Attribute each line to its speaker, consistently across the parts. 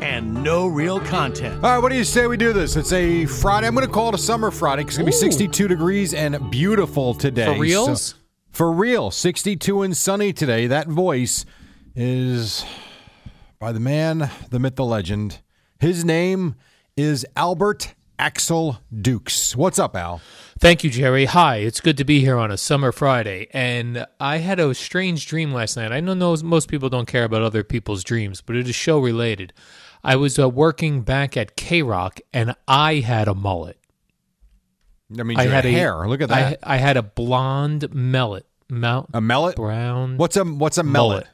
Speaker 1: and no real content.
Speaker 2: All right, what do you say we do this? It's a Friday. I'm going to call it a summer Friday 'cause it's going to be 62 degrees and beautiful today.
Speaker 1: For reals?
Speaker 2: So- for real, 62 and sunny today. That voice is by the man, the myth, the legend. His name is Albert Axel Dukes. What's up, Al?
Speaker 3: Thank you, Jerry. Hi, it's good to be here on a summer Friday. And I had a strange dream last night. I know those- most people don't care about other people's dreams, but it is show related. I was uh, working back at K Rock and I had a mullet.
Speaker 2: I mean,
Speaker 3: I
Speaker 2: your
Speaker 3: had
Speaker 2: hair.
Speaker 3: A,
Speaker 2: Look at
Speaker 3: I-
Speaker 2: that.
Speaker 3: I, had a blonde mullet. Mount
Speaker 2: a mellet.
Speaker 3: brown.
Speaker 2: What's a what's a mellet?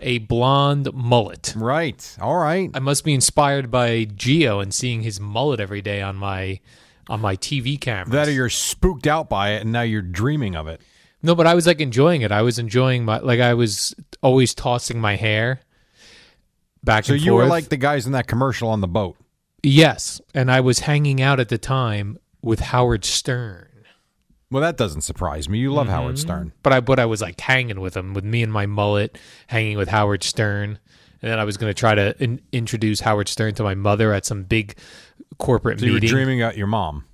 Speaker 3: A blonde mullet.
Speaker 2: Right. All right.
Speaker 3: I must be inspired by Geo and seeing his mullet every day on my on my TV camera.
Speaker 2: That or you're spooked out by it, and now you're dreaming of it.
Speaker 3: No, but I was like enjoying it. I was enjoying my like I was always tossing my hair back
Speaker 2: So
Speaker 3: and
Speaker 2: you were
Speaker 3: forth.
Speaker 2: like the guys in that commercial on the boat.
Speaker 3: yes, and I was hanging out at the time with Howard Stern.
Speaker 2: Well, that doesn't surprise me. You love
Speaker 3: Mm-hmm.
Speaker 2: Howard Stern.
Speaker 3: But I but I was like hanging with him with me and my mullet, hanging with Howard Stern. And then I was going to try to in- introduce Howard Stern to my mother at some big corporate
Speaker 2: So you were
Speaker 3: meeting.
Speaker 2: dreaming about your mom.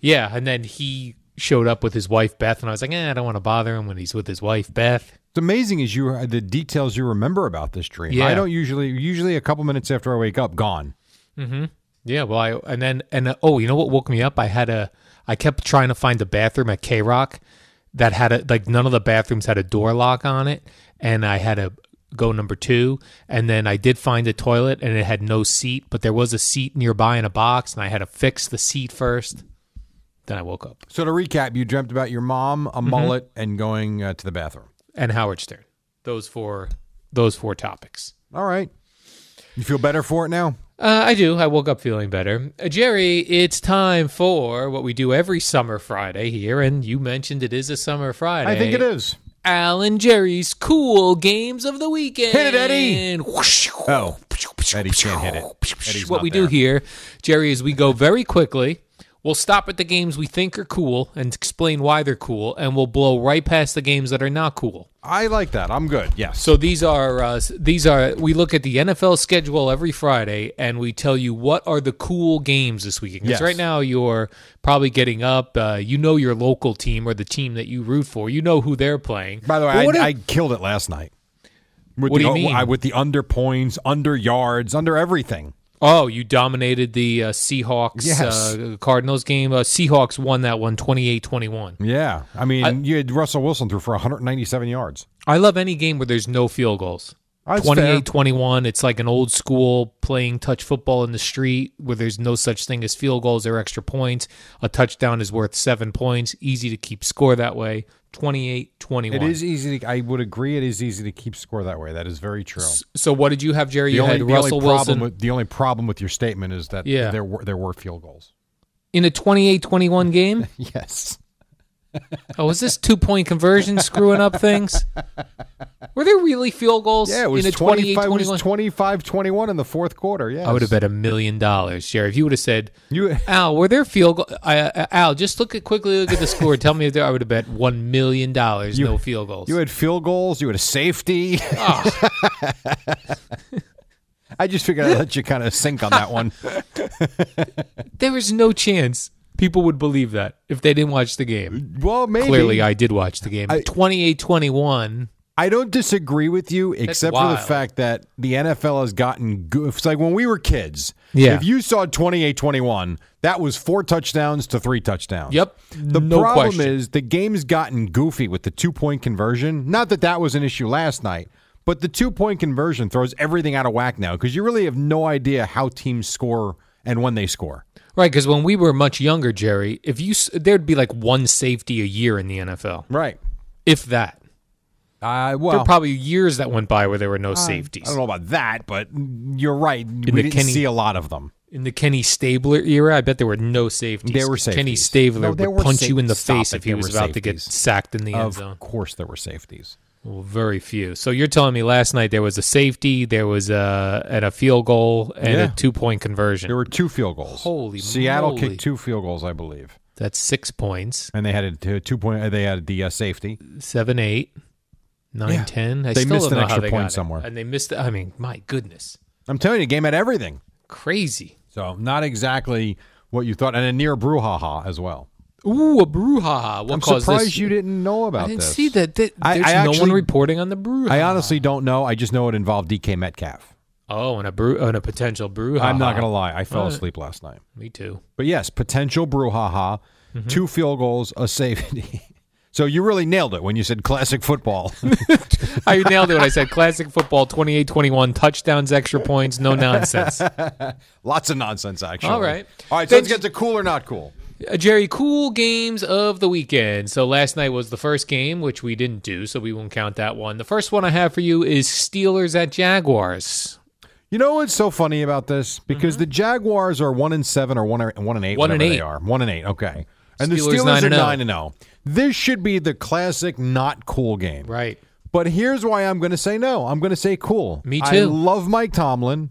Speaker 3: yeah, and then he showed up with his wife Beth and I was like, "Eh, I don't want to bother him when he's with his wife Beth."
Speaker 2: It's amazing is you uh, the details you remember about this dream.
Speaker 3: Yeah.
Speaker 2: I don't usually usually a couple minutes after I wake up, gone.
Speaker 3: Yeah, well, I and then and uh, oh, you know what woke me up? I had a I kept trying to find a bathroom at K Rock that had a like none of the bathrooms had a door lock on it, and I had to go number two, and then I did find a toilet and it had no seat, but there was a seat nearby in a box, and I had to fix the seat first. Then I woke up
Speaker 2: So to recap, you dreamt about your mom, a
Speaker 3: Mm-hmm.
Speaker 2: mullet, and going uh, to the bathroom.
Speaker 3: and Howard Stern. Those four, those four topics.
Speaker 2: All right. You feel better for it now?
Speaker 3: Uh, I do. I woke up feeling better. Uh, Jerry, it's time for what we do every summer Friday here, and you mentioned it is a summer Friday.
Speaker 2: I think it is.
Speaker 3: Alan Jerry's cool games of the weekend.
Speaker 2: Hit it, Eddie.
Speaker 3: Whoosh.
Speaker 2: Oh, Eddie can't hit it. Eddie's
Speaker 3: what
Speaker 2: not
Speaker 3: we do
Speaker 2: there.
Speaker 3: here, Jerry, is we go very quickly. We'll stop at the games we think are cool and explain why they're cool, and we'll blow right past the games that are not cool.
Speaker 2: I like that. I'm good. Yes.
Speaker 3: So these are uh, s- these are we look at the NFL schedule every Friday and we tell you what are the cool games this weekend. 'Cause
Speaker 2: Yes.
Speaker 3: right now you're probably getting up. Uh, you know your local team or the team that you root for. You know who they're playing.
Speaker 2: by the way,
Speaker 3: But
Speaker 2: I,
Speaker 3: what are-
Speaker 2: I killed it last night. With
Speaker 3: What
Speaker 2: the,
Speaker 3: do you mean?
Speaker 2: I, with the under points, under yards, under everything.
Speaker 3: oh, you dominated the uh, Seahawks
Speaker 2: Yes.
Speaker 3: uh, Cardinals game. Uh, Seahawks won that one 28-21.
Speaker 2: Yeah. I mean, you had Russell Wilson threw for 197 yards.
Speaker 3: I love any game where there's no field goals.
Speaker 2: That's Ah, fair.
Speaker 3: 28 21. It's like an old school playing touch football in the street where there's no such thing as field goals or extra points. A touchdown is worth seven points. Easy to keep score that way. 28 21.
Speaker 2: It is e- easy to. I would agree. It is easy to keep score that way. That is very true.
Speaker 3: So, what did you have, Jerry?
Speaker 2: The
Speaker 3: you
Speaker 2: only,
Speaker 3: had
Speaker 2: the only
Speaker 3: Russell Wilson
Speaker 2: problem with the only problem with your statement is that
Speaker 3: Yeah.
Speaker 2: there were there were field goals.
Speaker 3: in a 28 21 game.
Speaker 2: Yes.
Speaker 3: oh, is this two point conversion screwing up things? Were there really field goals
Speaker 2: Yeah, it was
Speaker 3: in a 28
Speaker 2: 25 it was
Speaker 3: 21?
Speaker 2: 25-21 in the fourth quarter. Yes.
Speaker 3: I would have bet a million dollars, Jerry. If you would have said,
Speaker 2: You
Speaker 3: Al, were there field goals? uh, Al, just look at quickly look at the score. Tell me if there, I would have bet one million dollars no field goals.
Speaker 2: you had field goals, you had a safety.
Speaker 3: Ah.
Speaker 2: I just figured I'd let you kind of sink on that one.
Speaker 3: there is no chance people would believe that if they didn't watch the game.
Speaker 2: Well, maybe
Speaker 3: Clearly, I did watch the game.
Speaker 2: I-
Speaker 3: Twenty-eight, twenty-one.
Speaker 2: I don't disagree with you, except for the
Speaker 3: wild.
Speaker 2: fact that the NFL has gotten good. It's like when we were kids.
Speaker 3: Yeah.
Speaker 2: If you saw 28 21, that was four touchdowns to three touchdowns.
Speaker 3: Yep.
Speaker 2: The
Speaker 3: No
Speaker 2: problem
Speaker 3: question.
Speaker 2: is the game's gotten goofy with the two point conversion. Not that that was an issue last night, but the two point conversion throws everything out of whack now because you really have no idea how teams score and when they score.
Speaker 3: Right, because when we were much younger, Jerry, if you s- there'd be like one safety a year in the NFL,
Speaker 2: Right.
Speaker 3: if that.
Speaker 2: Uh,
Speaker 3: There
Speaker 2: well,
Speaker 3: were probably years that went by where there were no safeties.
Speaker 2: I don't know about that, but you're right. we
Speaker 3: the
Speaker 2: didn't
Speaker 3: Kenny-
Speaker 2: see a lot of them.
Speaker 3: In the Kenny Stabler era, I bet there were no safeties.
Speaker 2: There were
Speaker 3: Kenny
Speaker 2: safeties.
Speaker 3: Stabler
Speaker 2: No, there
Speaker 3: would
Speaker 2: were
Speaker 3: punch you
Speaker 2: sa-
Speaker 3: in the
Speaker 2: Stop
Speaker 3: face
Speaker 2: it,
Speaker 3: if he
Speaker 2: there
Speaker 3: was
Speaker 2: were
Speaker 3: about to get
Speaker 2: safeties.
Speaker 3: sacked in the end
Speaker 2: Of
Speaker 3: zone.
Speaker 2: course, there were safeties.
Speaker 3: Well, very few. So you're telling me last night there was a safety, there was a and a field goal and
Speaker 2: Yeah.
Speaker 3: a two point conversion.
Speaker 2: There were two field goals.
Speaker 3: Holy
Speaker 2: Seattle
Speaker 3: moly.
Speaker 2: kicked two field goals, I believe,
Speaker 3: That's six points.
Speaker 2: and they had a t- two point. They had the uh, safety.
Speaker 3: Seven, eight, nine,
Speaker 2: Yeah.
Speaker 3: ten. I
Speaker 2: They
Speaker 3: still
Speaker 2: missed
Speaker 3: don't
Speaker 2: an
Speaker 3: know how
Speaker 2: extra
Speaker 3: they
Speaker 2: point
Speaker 3: got it.
Speaker 2: somewhere.
Speaker 3: and they missed. I mean, my goodness,
Speaker 2: I'm telling you, the game had everything.
Speaker 3: crazy.
Speaker 2: So not exactly what you thought, and a near brouhaha as well.
Speaker 3: Ooh, a brouhaha. What
Speaker 2: I'm
Speaker 3: caused
Speaker 2: surprised
Speaker 3: this?
Speaker 2: you didn't know about
Speaker 3: I didn't
Speaker 2: this.
Speaker 3: see that. Th-
Speaker 2: I-
Speaker 3: There's
Speaker 2: I
Speaker 3: no one
Speaker 2: actually-
Speaker 3: reporting on the brouhaha.
Speaker 2: I honestly don't know. I just know it involved DK Metcalf.
Speaker 3: oh, and a brew and a potential brouhaha.
Speaker 2: I'm not gonna lie, I fell asleep last night.
Speaker 3: Me too.
Speaker 2: But yes, potential brouhaha,
Speaker 3: Mm-hmm.
Speaker 2: two field goals, a safety. so you really nailed it when you said classic football.
Speaker 3: I Oh, nailed it when I said classic football 28-21 touchdowns, extra points, no nonsense. Uh,
Speaker 2: Lots of nonsense, actually.
Speaker 3: All right.
Speaker 2: All right. So
Speaker 3: Then-
Speaker 2: let's get to cool or not cool.
Speaker 3: Uh, Jerry, cool games of the weekend. So last night was the first game, which we didn't do, so we won't count that one. The first one I have for you is Steelers at Jaguars.
Speaker 2: You know what's so funny about this? Because the Jaguars are one and seven or one or one and eight.
Speaker 3: Mm-hmm. One and
Speaker 2: whatever
Speaker 3: eight.
Speaker 2: They are one and eight. Okay. And the
Speaker 3: Steelers
Speaker 2: Steelers
Speaker 3: nine
Speaker 2: are
Speaker 3: and oh.
Speaker 2: nine and zero. This should be the classic not cool game.
Speaker 3: Right.
Speaker 2: But here's why I'm going to say no. I'm going to say cool.
Speaker 3: Me
Speaker 2: I
Speaker 3: too.
Speaker 2: love Mike Tomlin.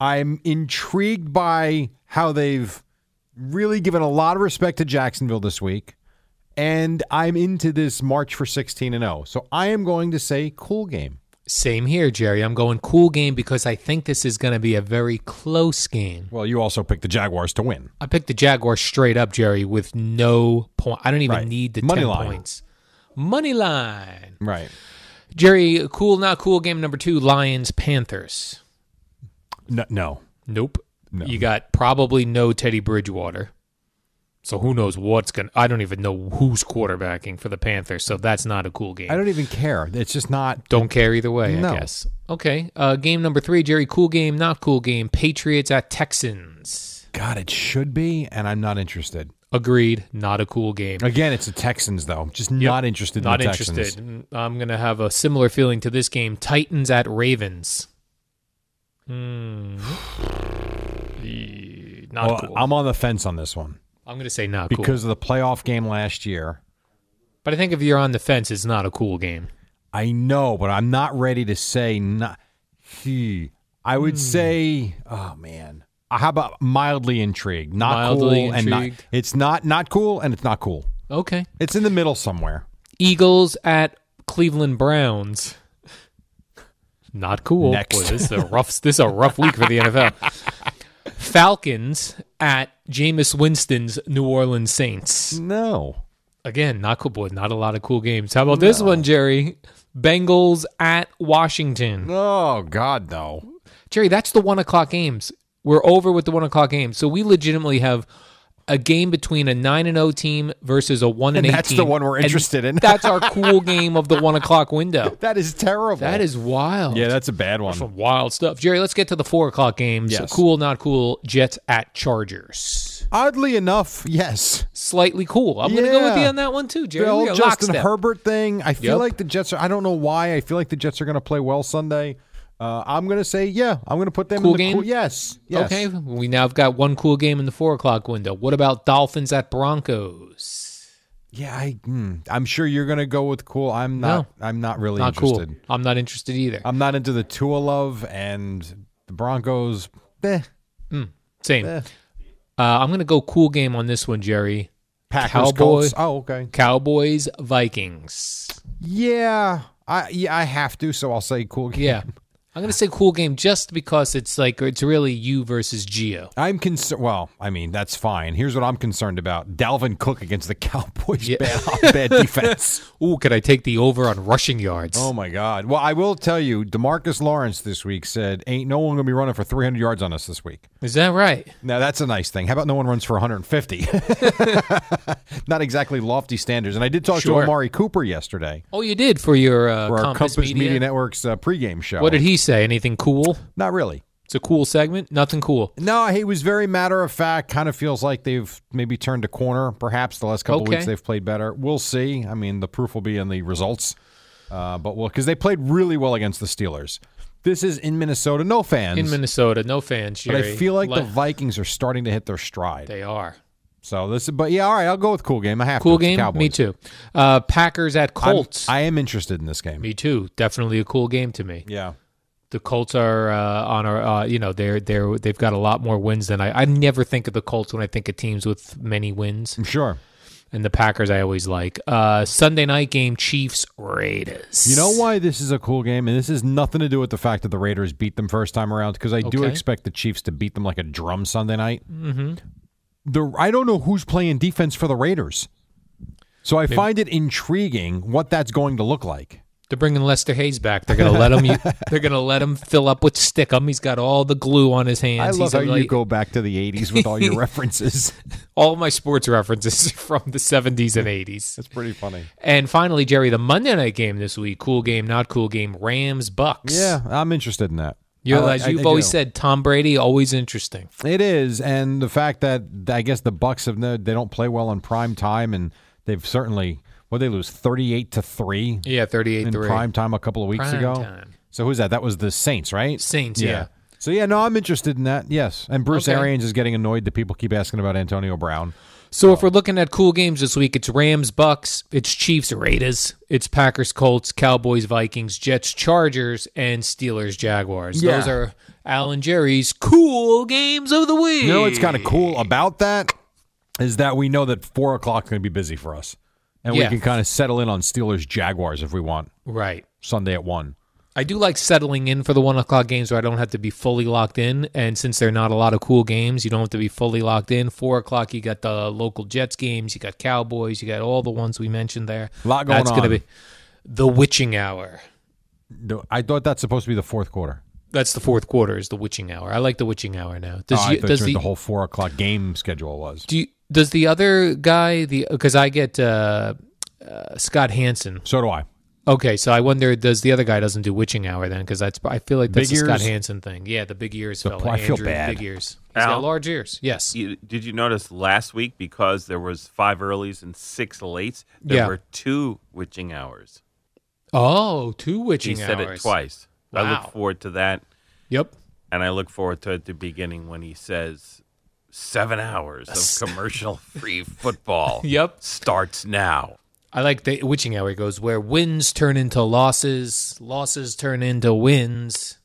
Speaker 2: I'm intrigued by how they've really given a lot of respect to Jacksonville this week. And I'm into this March for 16 and 0. So I am going to say cool game.
Speaker 3: Same here, Jerry. I'm going cool game because I think this is going to be a very close game.
Speaker 2: Well, you also picked the Jaguars to win.
Speaker 3: I picked the Jaguars straight up, Jerry, with no point. I don't even
Speaker 2: Right.
Speaker 3: need the
Speaker 2: Money
Speaker 3: 10
Speaker 2: line.
Speaker 3: points. Money line.
Speaker 2: Right.
Speaker 3: Jerry, cool, not cool game number two Lions Panthers.
Speaker 2: No. no.
Speaker 3: Nope. You got probably no Teddy Bridgewater. So who knows what's going to. I don't even know who's quarterbacking for the Panthers. So that's not a cool game.
Speaker 2: I don't even care. It's just not.
Speaker 3: Don't care either way,
Speaker 2: No.
Speaker 3: I guess. Okay. Uh, game number three, Jerry, cool game, not cool game. Patriots at Texans.
Speaker 2: God, it should be, and I'm not interested.
Speaker 3: Agreed. Not a cool game.
Speaker 2: Again, it's the Texans, though. Just not interested.
Speaker 3: Not
Speaker 2: in the
Speaker 3: interested.
Speaker 2: Texans.
Speaker 3: Mm, I'm going to have a similar feeling to this game. Titans at Ravens. Hmm. Eh, Not
Speaker 2: Well,
Speaker 3: cool. I'm,
Speaker 2: I'm on the fence on this one
Speaker 3: going to say not cool.
Speaker 2: because of the playoff game last year.
Speaker 3: But I think if you're on the fence, it's not a cool game.
Speaker 2: I know, but I'm not ready to say not. He, I
Speaker 3: Hmm.
Speaker 2: would say, oh man, Uh, how about mildly intrigued? Not
Speaker 3: Mildly
Speaker 2: cool and not.
Speaker 3: intrigued.
Speaker 2: It's not not cool and it's not cool.
Speaker 3: Okay.
Speaker 2: It's in the middle somewhere.
Speaker 3: Eagles at Cleveland Browns. Not cool.
Speaker 2: Next.
Speaker 3: Boy, this is a rough. This is a rough week for the NFL. Falcons at Jameis Winston's New Orleans Saints.
Speaker 2: No,
Speaker 3: Again, not cool, boy. Not a lot of cool games. How about this one, Jerry? Bengals at Washington.
Speaker 2: oh God, no.
Speaker 3: Jerry, that's the one o'clock games. We're over with the one o'clock games, so we legitimately have a game between a nine and zero team versus a one and,
Speaker 2: And
Speaker 3: eight.
Speaker 2: that's the
Speaker 3: team,
Speaker 2: one we're
Speaker 3: and
Speaker 2: interested in.
Speaker 3: that's our cool game of the one o'clock window.
Speaker 2: That is terrible.
Speaker 3: That is wild.
Speaker 2: Yeah, that's a bad one.
Speaker 3: some wild stuff, Jerry. Let's get to the four o'clock games.
Speaker 2: Yes.
Speaker 3: Cool, not cool. Jets at Chargers.
Speaker 2: Oddly enough, yes.
Speaker 3: Slightly cool. I'm going to go with
Speaker 2: Yeah.
Speaker 3: you on that one too, Jerry.
Speaker 2: The
Speaker 3: We
Speaker 2: whole
Speaker 3: are
Speaker 2: Justin
Speaker 3: lockstep.
Speaker 2: Herbert thing. I feel
Speaker 3: Yep.
Speaker 2: like the Jets are. I don't know why. I feel like the Jets are going to play well Sunday. Uh, I'm going to say yeah. I'm going to put them
Speaker 3: Cool
Speaker 2: in the
Speaker 3: game?
Speaker 2: cool. Yes. Yes.
Speaker 3: Okay, we now have got one cool game in the four o'clock window. What about Dolphins at Broncos?
Speaker 2: Yeah, I, mm, I'm sure you're going to go with cool. I'm not. I'm not really
Speaker 3: Not
Speaker 2: interested. Uh,
Speaker 3: cool. I'm not interested either.
Speaker 2: I'm not into the Tua love and the Broncos. Eh,
Speaker 3: Same.
Speaker 2: eh.
Speaker 3: Uh, I'm going to go cool game on this one, Jerry.
Speaker 2: Packers,
Speaker 3: Cowboy-
Speaker 2: Colts. Oh, okay.
Speaker 3: Cowboys, Vikings.
Speaker 2: Yeah, I yeah I have to. So I'll say cool game.
Speaker 3: Yeah. I I'm gonna say cool game just because it's like it's really you versus Geo.
Speaker 2: I'm concerned. Well, I mean, that's fine. Here's what I'm concerned about: Dalvin Cook against the Cowboys'
Speaker 3: Yeah.
Speaker 2: bad, bad defense.
Speaker 3: Ooh, could I take the over on rushing yards?
Speaker 2: Oh my God! Well, I will tell you, Demarcus Lawrence this week said, "Ain't no one gonna be running for 300 yards on us this week."
Speaker 3: Is that right?
Speaker 2: Now that's a nice thing. How about no one runs for 150? Not exactly lofty standards. And I did talk
Speaker 3: Sure.
Speaker 2: to Amari Cooper yesterday
Speaker 3: Oh, you did for your uh,
Speaker 2: for our
Speaker 3: Compass,
Speaker 2: Compass Media,
Speaker 3: Media.
Speaker 2: Network's uh, pregame show.
Speaker 3: What did he say? Anything cool?
Speaker 2: Not really.
Speaker 3: It's a cool segment. Nothing cool.
Speaker 2: No, he was very matter of fact. Kind of feels like they've maybe turned a corner. Perhaps the last couple
Speaker 3: Okay.
Speaker 2: weeks they've played better. We'll see. I mean, the proof will be in the results. Uh, but well, because they played really well against the Steelers. This is in Minnesota, no fans.
Speaker 3: In Minnesota, no fans.
Speaker 2: but I
Speaker 3: Jerry.
Speaker 2: feel like the
Speaker 3: Le-
Speaker 2: Vikings are starting to hit their stride.
Speaker 3: they are
Speaker 2: so this, is, but yeah, all right, I'll go with cool game. I have
Speaker 3: cool
Speaker 2: to. It's
Speaker 3: game.
Speaker 2: Cowboys.
Speaker 3: Me too. Uh, Packers at
Speaker 2: I'm-
Speaker 3: Colts.
Speaker 2: I am interested in this game.
Speaker 3: me too. Definitely a cool game to me.
Speaker 2: Yeah.
Speaker 3: The Colts are uh, on our. Uh, you know, they're they're they've got a lot more wins than I. I never think of the Colts when I think of teams with many wins.
Speaker 2: I'm sure.
Speaker 3: and the Packers I always like. Uh, Sunday night game, Chiefs Raiders.
Speaker 2: You know why this is a cool game, and this has nothing to do with the fact that the Raiders beat them first time around. Because I do
Speaker 3: Okay.
Speaker 2: expect the Chiefs to beat them like a drum Sunday night. Mm-hmm. The I don't know who's playing defense for the Raiders, so I find it intriguing what that's going to look like.
Speaker 3: They're bringing Lester Hayes back. They're gonna let him. they're gonna let him fill up with stickum. He's got all the glue on his hands.
Speaker 2: I love
Speaker 3: He's
Speaker 2: how
Speaker 3: a-
Speaker 2: you go back to the '80s with all your references.
Speaker 3: All my sports references are from the seventies and eighties.
Speaker 2: That's pretty funny.
Speaker 3: And finally, Jerry, the Monday night game this week. Cool game, not cool game. Rams Bucks.
Speaker 2: Yeah, I'm interested in that.
Speaker 3: You
Speaker 2: I like-
Speaker 3: realize
Speaker 2: I-
Speaker 3: you've
Speaker 2: I
Speaker 3: always
Speaker 2: do.
Speaker 3: said Tom Brady always interesting.
Speaker 2: It is, and the fact that I guess the Bucks have no, they don't play well in prime time, and they've certainly what they lose thirty eight to three
Speaker 3: Yeah,
Speaker 2: in
Speaker 3: thirty-eight three.
Speaker 2: prime time a couple of weeks
Speaker 3: Prime
Speaker 2: ago.
Speaker 3: time.
Speaker 2: So who's that? That was the Saints, right?
Speaker 3: Saints. Yeah.
Speaker 2: So yeah, no, I'm interested in that. Yes, and Bruce
Speaker 3: Okay.
Speaker 2: Arians is getting annoyed that people keep asking about Antonio Brown.
Speaker 3: So if we're looking at cool games this week, it's Rams Bucks, it's Chiefs Raiders, it's Packers Colts, Cowboys Vikings, Jets Chargers, and Steelers Jaguars. Those
Speaker 2: Yeah.
Speaker 3: are Alan Jerry's cool games of the week.
Speaker 2: You know what's kind of cool about that is that we know that four o'clock is going to be busy for us, and we
Speaker 3: Yeah.
Speaker 2: can kind of settle in on Steelers Jaguars if we want
Speaker 3: right.
Speaker 2: Sunday at one.
Speaker 3: I do like settling in for the one o'clock games where I don't have to be fully locked in, and since there are not a lot of cool games, you don't have to be fully locked in. Four o'clock, you got the local Jets games, you got Cowboys, you got all the ones we mentioned there.
Speaker 2: Lot going
Speaker 3: That's gonna
Speaker 2: on.
Speaker 3: be the witching hour.
Speaker 2: No, I thought that's supposed to be the fourth quarter.
Speaker 3: That's the fourth quarter is the witching hour. I like the witching hour now. Does
Speaker 2: Oh, I
Speaker 3: you,
Speaker 2: thought
Speaker 3: does
Speaker 2: you
Speaker 3: the,
Speaker 2: meant the whole four o'clock game schedule was.
Speaker 3: do you, does the other guy the because I get uh, uh, Scott Hansen.
Speaker 2: So do I.
Speaker 3: Okay, so I wonder does the other guy doesn't do witching hour then because that's I feel like that's
Speaker 2: Big
Speaker 3: a Scott
Speaker 2: ears?
Speaker 3: Hansen thing. Yeah, the big ears fella.
Speaker 2: pl- I feel
Speaker 3: Andrew,
Speaker 2: bad.
Speaker 3: Big ears. He's got
Speaker 4: Al?
Speaker 3: large ears. Yes.
Speaker 4: You, did you notice last week because there was five earlies and six lates, there
Speaker 3: Yeah.
Speaker 4: were two witching hours.
Speaker 3: Oh, two witching
Speaker 4: He said
Speaker 3: hours.
Speaker 4: it twice. I
Speaker 3: Wow.
Speaker 4: look forward to that,
Speaker 3: Yep.
Speaker 4: and I look forward to at the beginning when he says seven hours of commercial free football.
Speaker 3: Yep.
Speaker 4: starts now.
Speaker 3: I like the witching hour goes where wins turn into losses, losses turn into wins.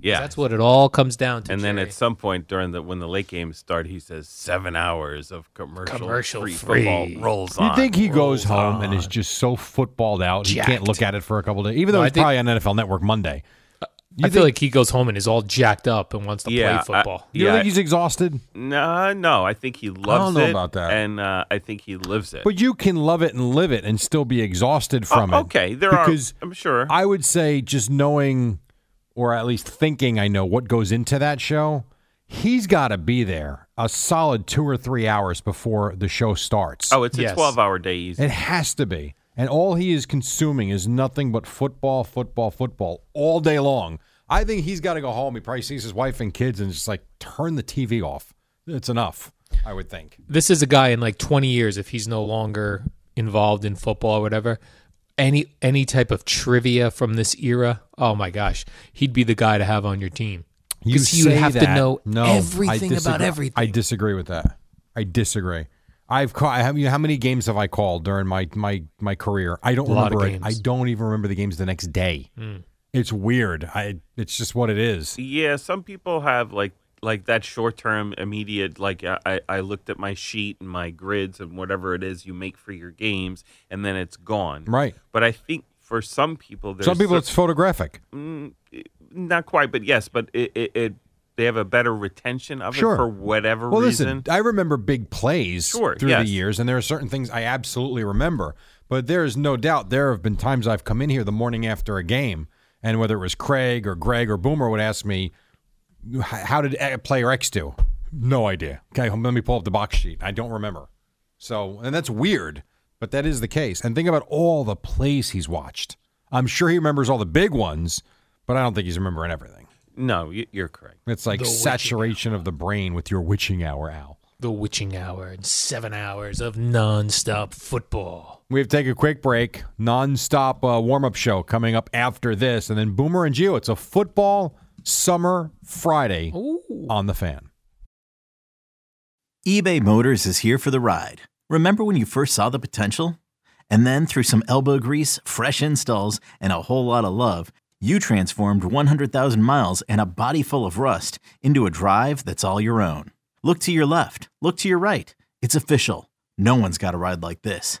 Speaker 4: Yeah,
Speaker 3: That's what it all comes down to.
Speaker 4: and then
Speaker 3: Jerry.
Speaker 4: at some point during the when the late games start, he says seven hours of commercial, free,
Speaker 3: Commercial-free.
Speaker 4: football rolls
Speaker 2: You
Speaker 4: on.
Speaker 2: think he goes home and is just so footballed out he can't
Speaker 3: Jacked.
Speaker 2: look at it for a couple days, even though
Speaker 3: No, I
Speaker 2: it's
Speaker 3: think-
Speaker 2: probably on NFL Network Monday.
Speaker 3: I feel like he goes home and is all jacked up and wants to
Speaker 4: yeah,
Speaker 3: play football.
Speaker 4: I,
Speaker 2: You
Speaker 4: yeah,
Speaker 2: think he's exhausted?
Speaker 4: No, no. I think he loves it.
Speaker 2: know about that.
Speaker 4: and uh, I think he lives it.
Speaker 2: But you can love it and live it and still be exhausted
Speaker 4: Oh,
Speaker 2: from it.
Speaker 4: okay, there
Speaker 2: because
Speaker 4: are. I'm sure.
Speaker 2: I would say just knowing, or at least thinking, I know what goes into that show. He's got to be there a solid two or three hours before the show starts.
Speaker 4: oh, it's
Speaker 3: Yes.
Speaker 4: a 12 hour day. Easy.
Speaker 2: It has to be. And all he is consuming is nothing but football, football, football all day long. I think he's got to go home. He probably sees his wife and kids and just like turn the TV off. It's enough, I would think.
Speaker 3: this is a guy in like 20 years if he's no longer involved in football or whatever any any type of trivia from this era oh my gosh he'd be the guy to have on your team because he would
Speaker 2: say
Speaker 3: have to
Speaker 2: that.
Speaker 3: know
Speaker 2: No, I
Speaker 3: everything about
Speaker 2: disagree.
Speaker 3: everything
Speaker 2: I disagree with that. I disagree. I've called. I have, you know, how many games have I called during my my my career? I don't
Speaker 3: A lot of
Speaker 2: remember it. I
Speaker 3: games. Hmm.
Speaker 2: don't even remember the games the next day. It's weird. I. It's just what it is.
Speaker 4: yeah, some people have like like that short term, immediate. Like I, I- I looked at my sheet and my grids and whatever it is you make for your games, and then it's gone.
Speaker 2: Right.
Speaker 4: But I think for some people, there's
Speaker 2: Some people, it's photographic.
Speaker 4: certain- not quite, but yes, but it, it, it they have a better retention of
Speaker 2: Sure.
Speaker 4: it for whatever
Speaker 2: Well,
Speaker 4: reason.
Speaker 2: listen, I remember big plays
Speaker 4: Sure,
Speaker 2: through
Speaker 4: yes.
Speaker 2: the years, and there are certain things I absolutely remember. But there is no doubt there have been times I've come in here the morning after a game, and whether it was Craig or Greg or Boomer would ask me, "H- "How did A- player X do?" No idea. Okay, let me pull up the box sheet. I don't remember. So, and that's weird, but that is the case. And think about all the plays he's watched. I'm sure he remembers all the big ones, but I don't think he's remembering everything.
Speaker 4: No, you- you're correct.
Speaker 2: It's like saturation of the brain with your witching hour, Al.
Speaker 3: The witching hour and seven hours of nonstop football.
Speaker 2: We have to take a quick break. Non-stop uh, warm-up show coming up after this, and then Boomer and Geo. It's a football summer Friday on the fan.
Speaker 5: eBay Motors is here for the ride. Remember when you first saw the potential? And then through some elbow grease, fresh installs, and a whole lot of love, you transformed 100,000 miles and a body full of rust into a drive that's all your own. Look to your left, look to your right. It's official. No one's got a ride like this.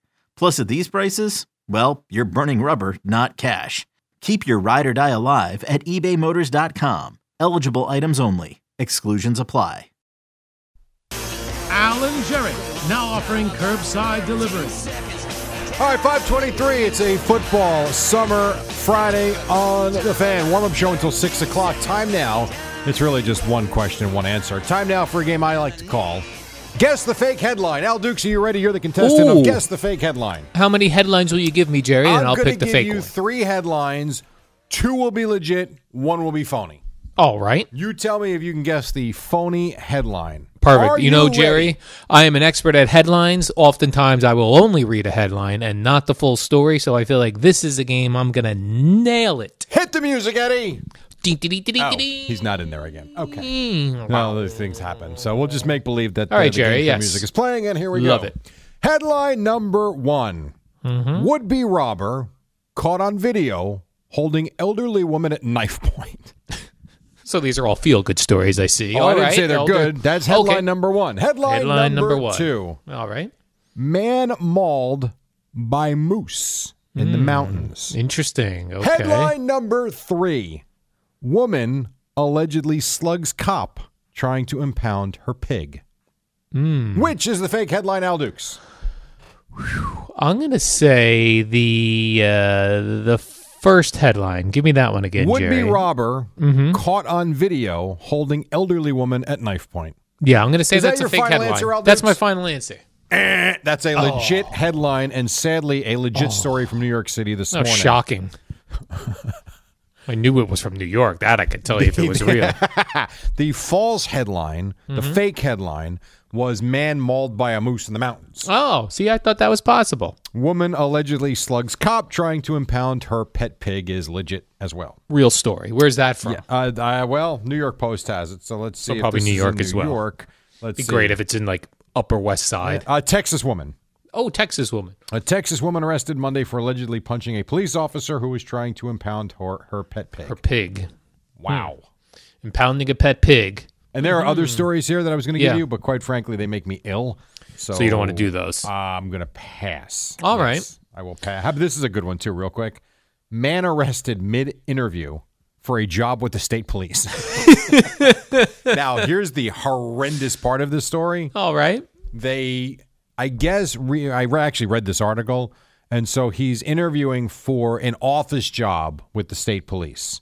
Speaker 5: Plus, at these prices, well, you're burning rubber, not cash. Keep your ride or die alive at ebaymotors.com. Eligible items only. Exclusions apply.
Speaker 1: Alan Jerry, now offering curbside delivery.
Speaker 2: All right, five twenty-three. It's a football summer Friday on the fan. Warm-up show until six o'clock. Time now. It's really just one question and one answer. Time now for a game I like to call "Guess the Fake Headline." Al Dukes, are you ready? You're the contestant
Speaker 3: Ooh.
Speaker 2: of "Guess the Fake Headline."
Speaker 3: How many headlines will you give me, Jerry?
Speaker 2: I'm
Speaker 3: and I'll
Speaker 2: gonna
Speaker 3: pick the
Speaker 2: give
Speaker 3: fake
Speaker 2: you
Speaker 3: one.
Speaker 2: three headlines. Two will be legit. One will be phony.
Speaker 3: All right.
Speaker 2: You tell me if you can guess the phony headline.
Speaker 3: Perfect.
Speaker 2: Are
Speaker 3: you know,
Speaker 2: ready?
Speaker 3: Jerry, I am an expert at headlines. Oftentimes, I will only read a headline and not the full story. So I feel like this is a game I'm going to nail it.
Speaker 2: Hit the music, Eddie.
Speaker 3: Ding, ding, ding, ding, ding,
Speaker 2: Oh,
Speaker 3: ding.
Speaker 2: he's not in there again. Okay. No, those things happen. So we'll just make believe that
Speaker 3: Mm. All right,
Speaker 2: the game
Speaker 3: Jerry,
Speaker 2: show
Speaker 3: yes.
Speaker 2: music is playing, and here we
Speaker 3: Love
Speaker 2: go.
Speaker 3: it. Mm-hmm.
Speaker 2: Headline number one Would be robber caught on video holding elderly woman at knife point.
Speaker 3: So these are all feel good stories, I see.
Speaker 2: Oh,
Speaker 3: all
Speaker 2: I didn't
Speaker 3: right.
Speaker 2: say they're
Speaker 3: I'll do-
Speaker 2: good. That's headline
Speaker 3: Okay.
Speaker 2: number one. Headline,
Speaker 3: Headline number,
Speaker 2: number,
Speaker 3: one.
Speaker 2: two
Speaker 3: All right.
Speaker 2: Man mauled by moose in
Speaker 3: Mm.
Speaker 2: the mountains.
Speaker 3: Interesting. Okay.
Speaker 2: Headline number three Woman allegedly slugs cop trying to impound her pig.
Speaker 3: Hmm.
Speaker 2: Which is the fake headline, Al Dukes?
Speaker 3: I'm going to say the uh, the first headline. Give me that one again,
Speaker 2: Would
Speaker 3: Jerry. Mm-hmm.
Speaker 2: be robber caught on video holding elderly woman at knife point.
Speaker 3: Yeah, I'm going to say
Speaker 2: Is that
Speaker 3: that's
Speaker 2: your
Speaker 3: a fake
Speaker 2: final
Speaker 3: headline.
Speaker 2: answer, Al
Speaker 3: that's my
Speaker 2: Dukes?
Speaker 3: final answer.
Speaker 2: Eh, That's a legit headline and sadly a legit story from New York City this
Speaker 3: No,
Speaker 2: morning.
Speaker 3: shocking. I knew it was from New York. That I could tell you if it was real.
Speaker 2: The false headline, the
Speaker 3: Mm-hmm.
Speaker 2: fake headline, was man mauled by a moose in the mountains.
Speaker 3: Oh, see, I thought that was possible.
Speaker 2: Woman allegedly slugs cop trying to impound her pet pig is legit as well.
Speaker 3: Real story. Where's that from?
Speaker 2: Uh, I, well, New York Post has it, so let's see. if
Speaker 3: probably
Speaker 2: this
Speaker 3: New
Speaker 2: is in
Speaker 3: York as
Speaker 2: New
Speaker 3: well.
Speaker 2: York. Let's
Speaker 3: Be
Speaker 2: see.
Speaker 3: great if it's in like Upper West Side.
Speaker 2: A Texas woman.
Speaker 3: Oh, Texas woman.
Speaker 2: A Texas woman arrested Monday for allegedly punching a police officer who was trying to impound her, her pet pig.
Speaker 3: Her pig.
Speaker 2: wow.
Speaker 3: Impounding a pet pig.
Speaker 2: And there are other stories here that I was going to give
Speaker 3: Hmm. Yeah.
Speaker 2: you, but quite frankly, they make me ill. So,
Speaker 3: So you don't want to
Speaker 2: Oh,
Speaker 3: do those.
Speaker 2: I'm going to pass.
Speaker 3: All
Speaker 2: All
Speaker 3: right.
Speaker 2: right, I will pass. How- This is a good one, too, real quick. Man arrested mid interview for a job with the state police. now, here's the horrendous part of this story.
Speaker 3: All right.
Speaker 2: They, I guess, re- I re- actually read this article. And so he's interviewing for an office job with the state police.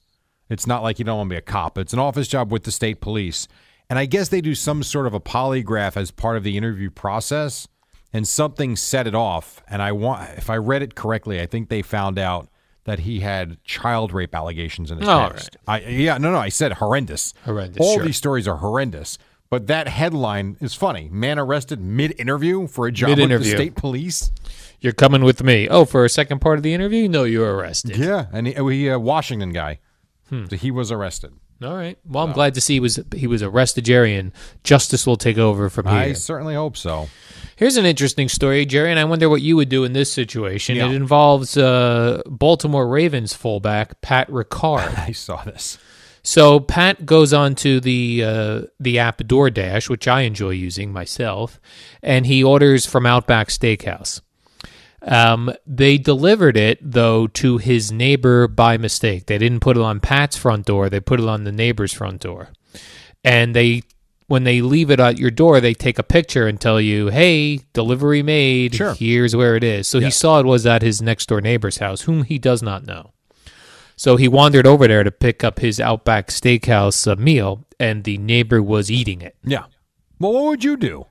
Speaker 2: It's not like you don't want to be a cop, it's an office job with the state police. And I guess they do some sort of a polygraph as part of the interview process. And something set it off. And I want, if I read it correctly, I think they found out that he had child rape allegations in his
Speaker 3: All
Speaker 2: past. I, yeah, no, no, I said horrendous.
Speaker 3: Horrendous,
Speaker 2: All
Speaker 3: sure.
Speaker 2: these stories are horrendous. But that headline is funny. Man arrested mid interview for a job with the
Speaker 3: Mid-interview.
Speaker 2: state police.
Speaker 3: You're coming with me. Oh, for a second
Speaker 2: oh,
Speaker 3: part of the interview? No, you're arrested. Hmm.
Speaker 2: Yeah, and he, he uh, Washington guy. So he was arrested.
Speaker 3: All right. Well, I'm glad to see he was he was arrested, Jerry, and justice will take over from here.
Speaker 2: I certainly hope so.
Speaker 3: Here's an interesting story, Jerry, and I wonder what you would do in this situation.
Speaker 2: Yeah.
Speaker 3: It involves uh, Baltimore Ravens fullback Pat Ricard.
Speaker 2: I saw this.
Speaker 3: So Pat goes on to the uh, the app DoorDash, which I enjoy using myself, and he orders from Outback Steakhouse. Um, they delivered it though to his neighbor by mistake. They didn't put it on Pat's front door; they put it on the neighbor's front door. And they, when they leave it at your door, they take a picture and tell you, "Hey, delivery made.
Speaker 2: Sure.
Speaker 3: Here's where it is." So he saw it was at his next door neighbor's house, whom he does not know. So he wandered over there to pick up his Outback Steakhouse uh, meal, and the neighbor was eating it.
Speaker 2: Yeah. Well, what would you do?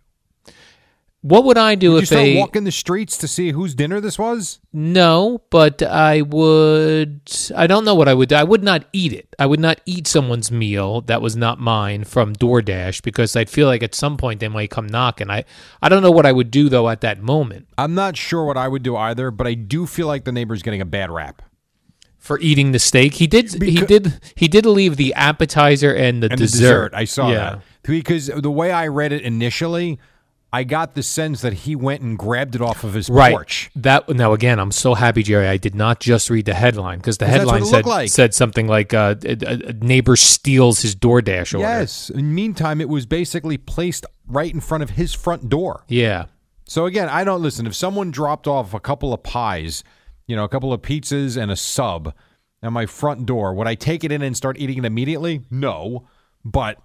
Speaker 3: What would I do
Speaker 2: Would you
Speaker 3: if
Speaker 2: start
Speaker 3: they?
Speaker 2: walking the streets to see whose dinner this was?
Speaker 3: no, but I would. I don't know what I would. do. I would not eat it. I would not eat someone's meal that was not mine from DoorDash because I'd feel like at some point they might come knocking. I I don't know what I would do though at that moment
Speaker 2: I'm not sure what I would do either, but I do feel like the neighbor's getting a bad rap.
Speaker 3: for eating the steak. He did. he
Speaker 2: Becau-
Speaker 3: did. He did leave the appetizer and the
Speaker 2: And
Speaker 3: dessert.
Speaker 2: the dessert, I saw
Speaker 3: Yeah.
Speaker 2: that. Because the way I read it initially, I got the sense that he went and grabbed it off of his
Speaker 3: Right.
Speaker 2: porch.
Speaker 3: That now again, I'm so happy, Jerry. I did not just read the headline because the
Speaker 2: 'Cause that's what
Speaker 3: headline
Speaker 2: it
Speaker 3: said
Speaker 2: looked like.
Speaker 3: said something like uh, a, a- a neighbor steals his DoorDash order.
Speaker 2: Yes. In the meantime, it was basically placed right in front of his front door.
Speaker 3: Yeah.
Speaker 2: So again, I don't listen. If someone dropped off a couple of pies, you know, a couple of pizzas and a sub at my front door, would I take it in and start eating it immediately? No. But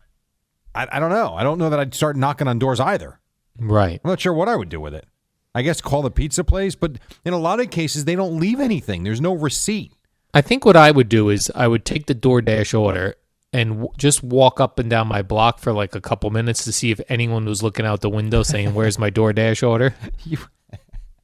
Speaker 2: I, I don't know. I don't know that I'd start knocking on doors either.
Speaker 3: Right.
Speaker 2: I'm not sure what I would do with it. I guess call the pizza place, but in a lot of cases, they don't leave anything. There's no receipt.
Speaker 3: I think what I would do is I would take the DoorDash order and w- just walk up and down my block for like a couple minutes to see if anyone was looking out the window saying, "Where's my DoorDash order?"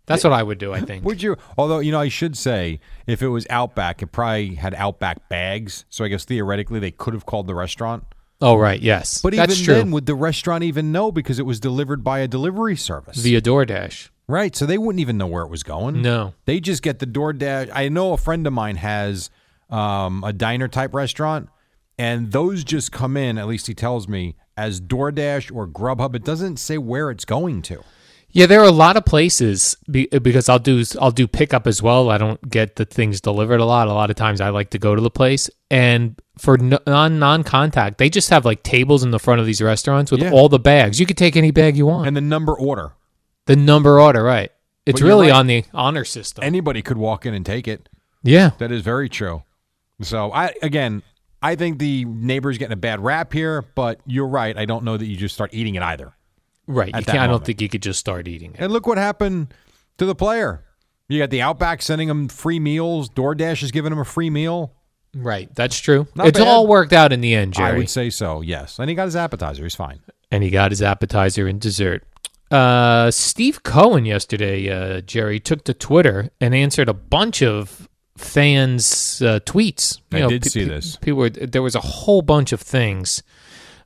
Speaker 3: That's what I would do. I think.
Speaker 2: Would you? Although, you know, I should say if it was Outback, it probably had Outback bags. So I guess theoretically, they could have called the restaurant.
Speaker 3: oh right. Yes.
Speaker 2: But
Speaker 3: That's
Speaker 2: even
Speaker 3: true.
Speaker 2: then, would the restaurant even know because it was delivered by a delivery service?
Speaker 3: via DoorDash.
Speaker 2: right. So they wouldn't even know where it was going.
Speaker 3: No.
Speaker 2: They just get the DoorDash. I know a friend of mine has um, a diner type restaurant, and those just come in, at least he tells me, as DoorDash or Grubhub. It doesn't say where it's going to.
Speaker 3: Yeah, there are a lot of places be, because I'll do I'll do pickup as well. I don't get the things delivered a lot. A lot of times I like to go to the place and for non non contact, they just have like tables in the front of these restaurants with
Speaker 2: Yeah.
Speaker 3: all the bags. You could take any bag you want.
Speaker 2: And the number order.
Speaker 3: the number order, right? It's
Speaker 2: But you're
Speaker 3: really
Speaker 2: right.
Speaker 3: on the honor system.
Speaker 2: Anybody could walk in and take it.
Speaker 3: yeah.
Speaker 2: That is very true. So I again, I think the neighbor's getting a bad rap here, but you're right. I don't know that you just start eating it either.
Speaker 3: Right.
Speaker 2: At
Speaker 3: You
Speaker 2: that
Speaker 3: can't, I don't
Speaker 2: moment.
Speaker 3: think you could just start eating it.
Speaker 2: And look what happened to the player. You got the Outback sending him free meals. DoorDash is giving him a free meal.
Speaker 3: Right. That's true.
Speaker 2: Not
Speaker 3: it's
Speaker 2: bad.
Speaker 3: all worked out in the end, Jerry.
Speaker 2: I would say so, yes. And he got his appetizer. He's fine.
Speaker 3: and he got his appetizer and dessert. Uh, Steve Cohen yesterday, uh, Jerry took to Twitter and answered a bunch of fans' uh, tweets.
Speaker 2: I did see this.
Speaker 3: People were, there was a whole bunch of things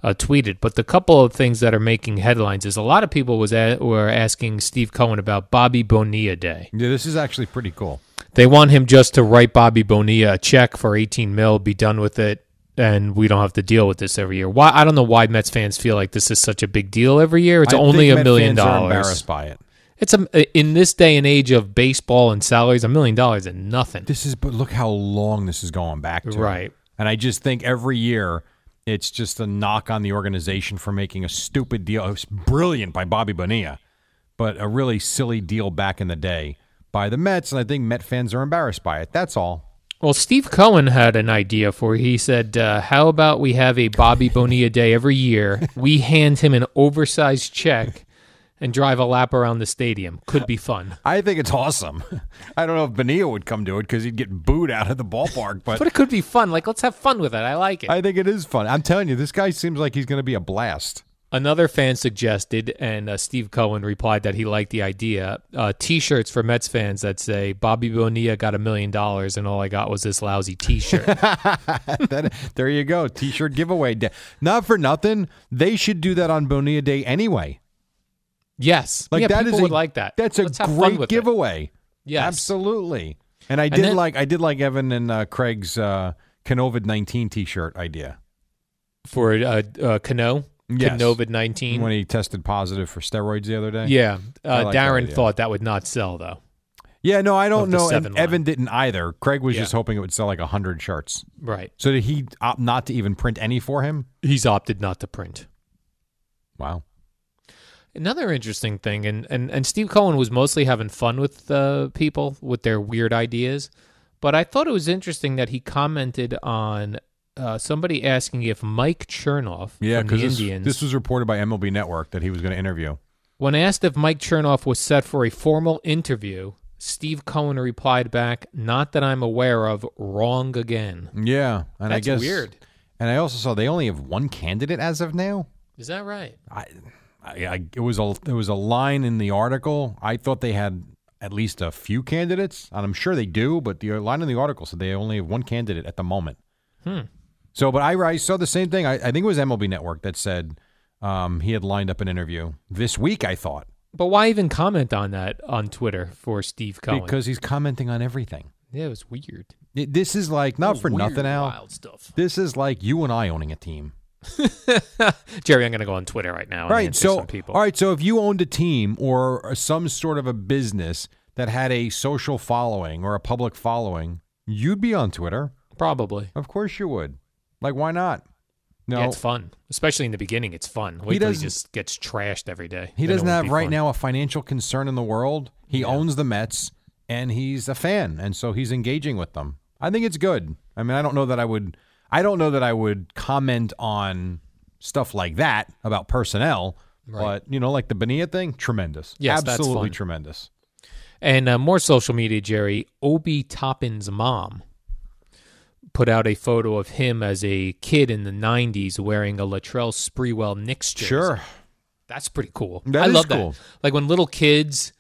Speaker 3: uh, tweeted, but the couple of things that are making headlines is a lot of people was a- were asking Steve Cohen about Bobby Bonilla Day.
Speaker 2: Yeah, this is actually pretty cool.
Speaker 3: They want him just to write Bobby Bonilla a check for 18 mil, be done with it, and we don't have to deal with this every year. Why? I don't know why Mets fans feel like this is such a big deal every year. It's
Speaker 2: I
Speaker 3: only
Speaker 2: think
Speaker 3: a
Speaker 2: Met
Speaker 3: million
Speaker 2: fans are
Speaker 3: dollars.
Speaker 2: Embarrassed by it.
Speaker 3: It's a, in this day and age of baseball and salaries, a million dollars and nothing.
Speaker 2: This is, but look how long this is going back to.
Speaker 3: Right.
Speaker 2: And I just think every year it's just a knock on the organization for making a stupid deal. It was brilliant by Bobby Bonilla, but a really silly deal back in the day by the Mets. And I think Met fans are embarrassed by it. That's all.
Speaker 3: Well, Steve Cohen had an idea for. He said, uh, "How about we have a Bobby Bonilla Day every year? We hand him an oversized check and drive a lap around the stadium. Could be fun."
Speaker 2: I think it's awesome. I don't know if Bonilla would come to it because he'd get booed out of the ballpark, but
Speaker 3: But it could be fun. Like, let's have fun with it. I like it.
Speaker 2: I think it is fun. I'm telling you, this guy seems like he's going to be a blast.
Speaker 3: Another fan suggested, and uh, Steve Cohen replied that he liked the idea. Uh, t-shirts for Mets fans that say Bobby Bonilla got a million dollars, and all I got was this lousy T-shirt.
Speaker 2: that, there you go. T-shirt giveaway. day. Not for nothing. They should do that on Bonilla Day anyway.
Speaker 3: yes,
Speaker 2: Like
Speaker 3: yeah,
Speaker 2: that
Speaker 3: people
Speaker 2: is a,
Speaker 3: would like that.
Speaker 2: That's a
Speaker 3: Let's have fun
Speaker 2: great
Speaker 3: with it.
Speaker 2: giveaway.
Speaker 3: Yes.
Speaker 2: absolutely. And I
Speaker 3: And
Speaker 2: did
Speaker 3: then-
Speaker 2: like I did like Evan and uh, Craig's uh, COVID nineteen T-shirt idea.
Speaker 3: for uh, uh Cano,
Speaker 2: Yes.
Speaker 3: Canovid nineteen.
Speaker 2: When he tested positive for steroids the other day.
Speaker 3: yeah,
Speaker 2: I
Speaker 3: uh,
Speaker 2: like that
Speaker 3: Darren
Speaker 2: idea.
Speaker 3: thought that would not sell though.
Speaker 2: Yeah, no, I don't
Speaker 3: Of the
Speaker 2: know.
Speaker 3: seven
Speaker 2: And
Speaker 3: line.
Speaker 2: Evan didn't either. Craig was
Speaker 3: Yeah.
Speaker 2: just hoping it would sell like 100 shirts.
Speaker 3: Right,
Speaker 2: So did he opt not to even print any for him?
Speaker 3: he's opted not to print.
Speaker 2: Wow.
Speaker 3: Another interesting thing, and, and, and Steve Cohen was mostly having fun with uh, people with their weird ideas, but I thought it was interesting that he commented on uh, somebody asking if Mike Chernoff
Speaker 2: Yeah,
Speaker 3: from the
Speaker 2: because this,
Speaker 3: Indians,
Speaker 2: this was reported by MLB Network that he was going to interview.
Speaker 3: when asked if Mike Chernoff was set for a formal interview, Steve Cohen replied back, "Not that I'm aware of. Wrong again."
Speaker 2: Yeah, and I
Speaker 3: That's
Speaker 2: guess
Speaker 3: weird.
Speaker 2: And I also saw they only have one candidate as of now.
Speaker 3: Is that right?
Speaker 2: I, I, I it was a it was a line in the article. I thought they had at least a few candidates, and I'm sure they do. But the line in the article said they only have one candidate at the moment.
Speaker 3: Hmm.
Speaker 2: So, but I, I saw the same thing. I, I think it was MLB Network that said um, he had lined up an interview this week. I thought
Speaker 3: But why even comment on that on Twitter for Steve Cohen?
Speaker 2: because he's commenting on everything.
Speaker 3: yeah, it was weird.
Speaker 2: It- this is like
Speaker 3: That
Speaker 2: not
Speaker 3: was
Speaker 2: for
Speaker 3: weird,
Speaker 2: nothing, Al.
Speaker 3: Wild stuff.
Speaker 2: This is like you and I owning a team.
Speaker 3: Jerry, I'm going to go on Twitter right now. And
Speaker 2: All right,
Speaker 3: answer
Speaker 2: so
Speaker 3: some people.
Speaker 2: all right, so if you owned a team or some sort of a business that had a social following or a public following, you'd be on Twitter.
Speaker 3: probably.
Speaker 2: Of course you would. Like why not? No.
Speaker 3: Yeah, it's fun, especially in the beginning. It's fun. Wait
Speaker 2: He
Speaker 3: till he
Speaker 2: doesn't-
Speaker 3: just gets trashed every day.
Speaker 2: he
Speaker 3: Then it
Speaker 2: doesn't
Speaker 3: won't
Speaker 2: have
Speaker 3: be
Speaker 2: right
Speaker 3: fun.
Speaker 2: now a financial concern in the world. He owns the Mets and he's a fan and so he's engaging with them. I think it's good. I mean, I don't know that I would I don't know that I would comment on stuff like that about personnel, but you know, like the Benia thing, tremendous.
Speaker 3: Yes, that's
Speaker 2: Absolutely
Speaker 3: fun.
Speaker 2: tremendous.
Speaker 3: And uh, more social media, Jerry. Obi Toppin's mom put out a photo of him as a kid in the 90s wearing a Latrell Sprewell Knicks jersey.
Speaker 2: Sure.
Speaker 3: That's pretty cool.
Speaker 2: That
Speaker 3: I
Speaker 2: is
Speaker 3: love
Speaker 2: cool.
Speaker 3: that. Like when little kids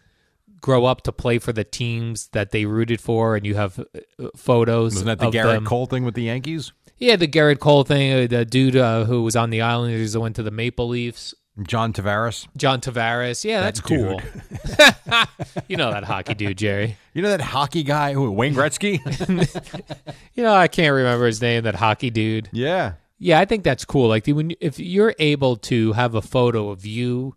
Speaker 3: grow up to play for the teams that they rooted for and you have uh, photos
Speaker 2: Wasn't that the
Speaker 3: of
Speaker 2: Garrett
Speaker 3: them.
Speaker 2: Cole thing with the Yankees?
Speaker 3: Yeah, the Garrett Cole thing, uh, the dude uh, who was on the Islanders that went to the Maple Leafs,
Speaker 2: John Tavares.
Speaker 3: John Tavares. Yeah, that's cool. you know that hockey dude, Jerry.
Speaker 2: You know that hockey guy who Wayne Gretzky?
Speaker 3: You know I can't remember his name. That hockey dude.
Speaker 2: yeah.
Speaker 3: Yeah, I think that's cool. Like when if you're able to have a photo of you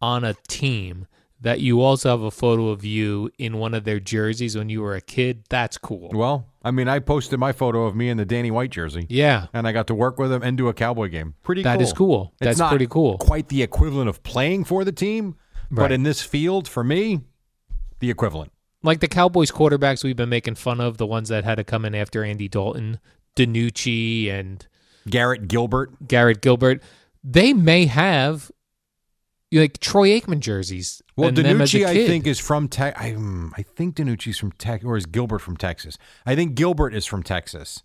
Speaker 3: on a team that you also have a photo of you in one of their jerseys when you were a kid, that's cool.
Speaker 2: Well, I mean, I posted my photo of me in the Danny White jersey,
Speaker 3: Yeah.
Speaker 2: and I got to work with him and do a Cowboy game. Pretty
Speaker 3: That
Speaker 2: cool.
Speaker 3: is cool.
Speaker 2: It's
Speaker 3: That's
Speaker 2: not
Speaker 3: pretty cool.
Speaker 2: Quite the equivalent of playing for the team,
Speaker 3: Right.
Speaker 2: but in this field, for me, the equivalent.
Speaker 3: like the Cowboys quarterbacks we've been making fun of, the ones that had to come in after Andy Dalton, Danucci and
Speaker 2: Garrett Gilbert.
Speaker 3: Garrett Gilbert, they may have like Troy Aikman jerseys.
Speaker 2: Well,
Speaker 3: and them as a
Speaker 2: Danucci, I
Speaker 3: kid.
Speaker 2: think, is from Tex. I, mm, I think Danucci's from Tex, or is Gilbert from Texas? I think Gilbert is from Texas,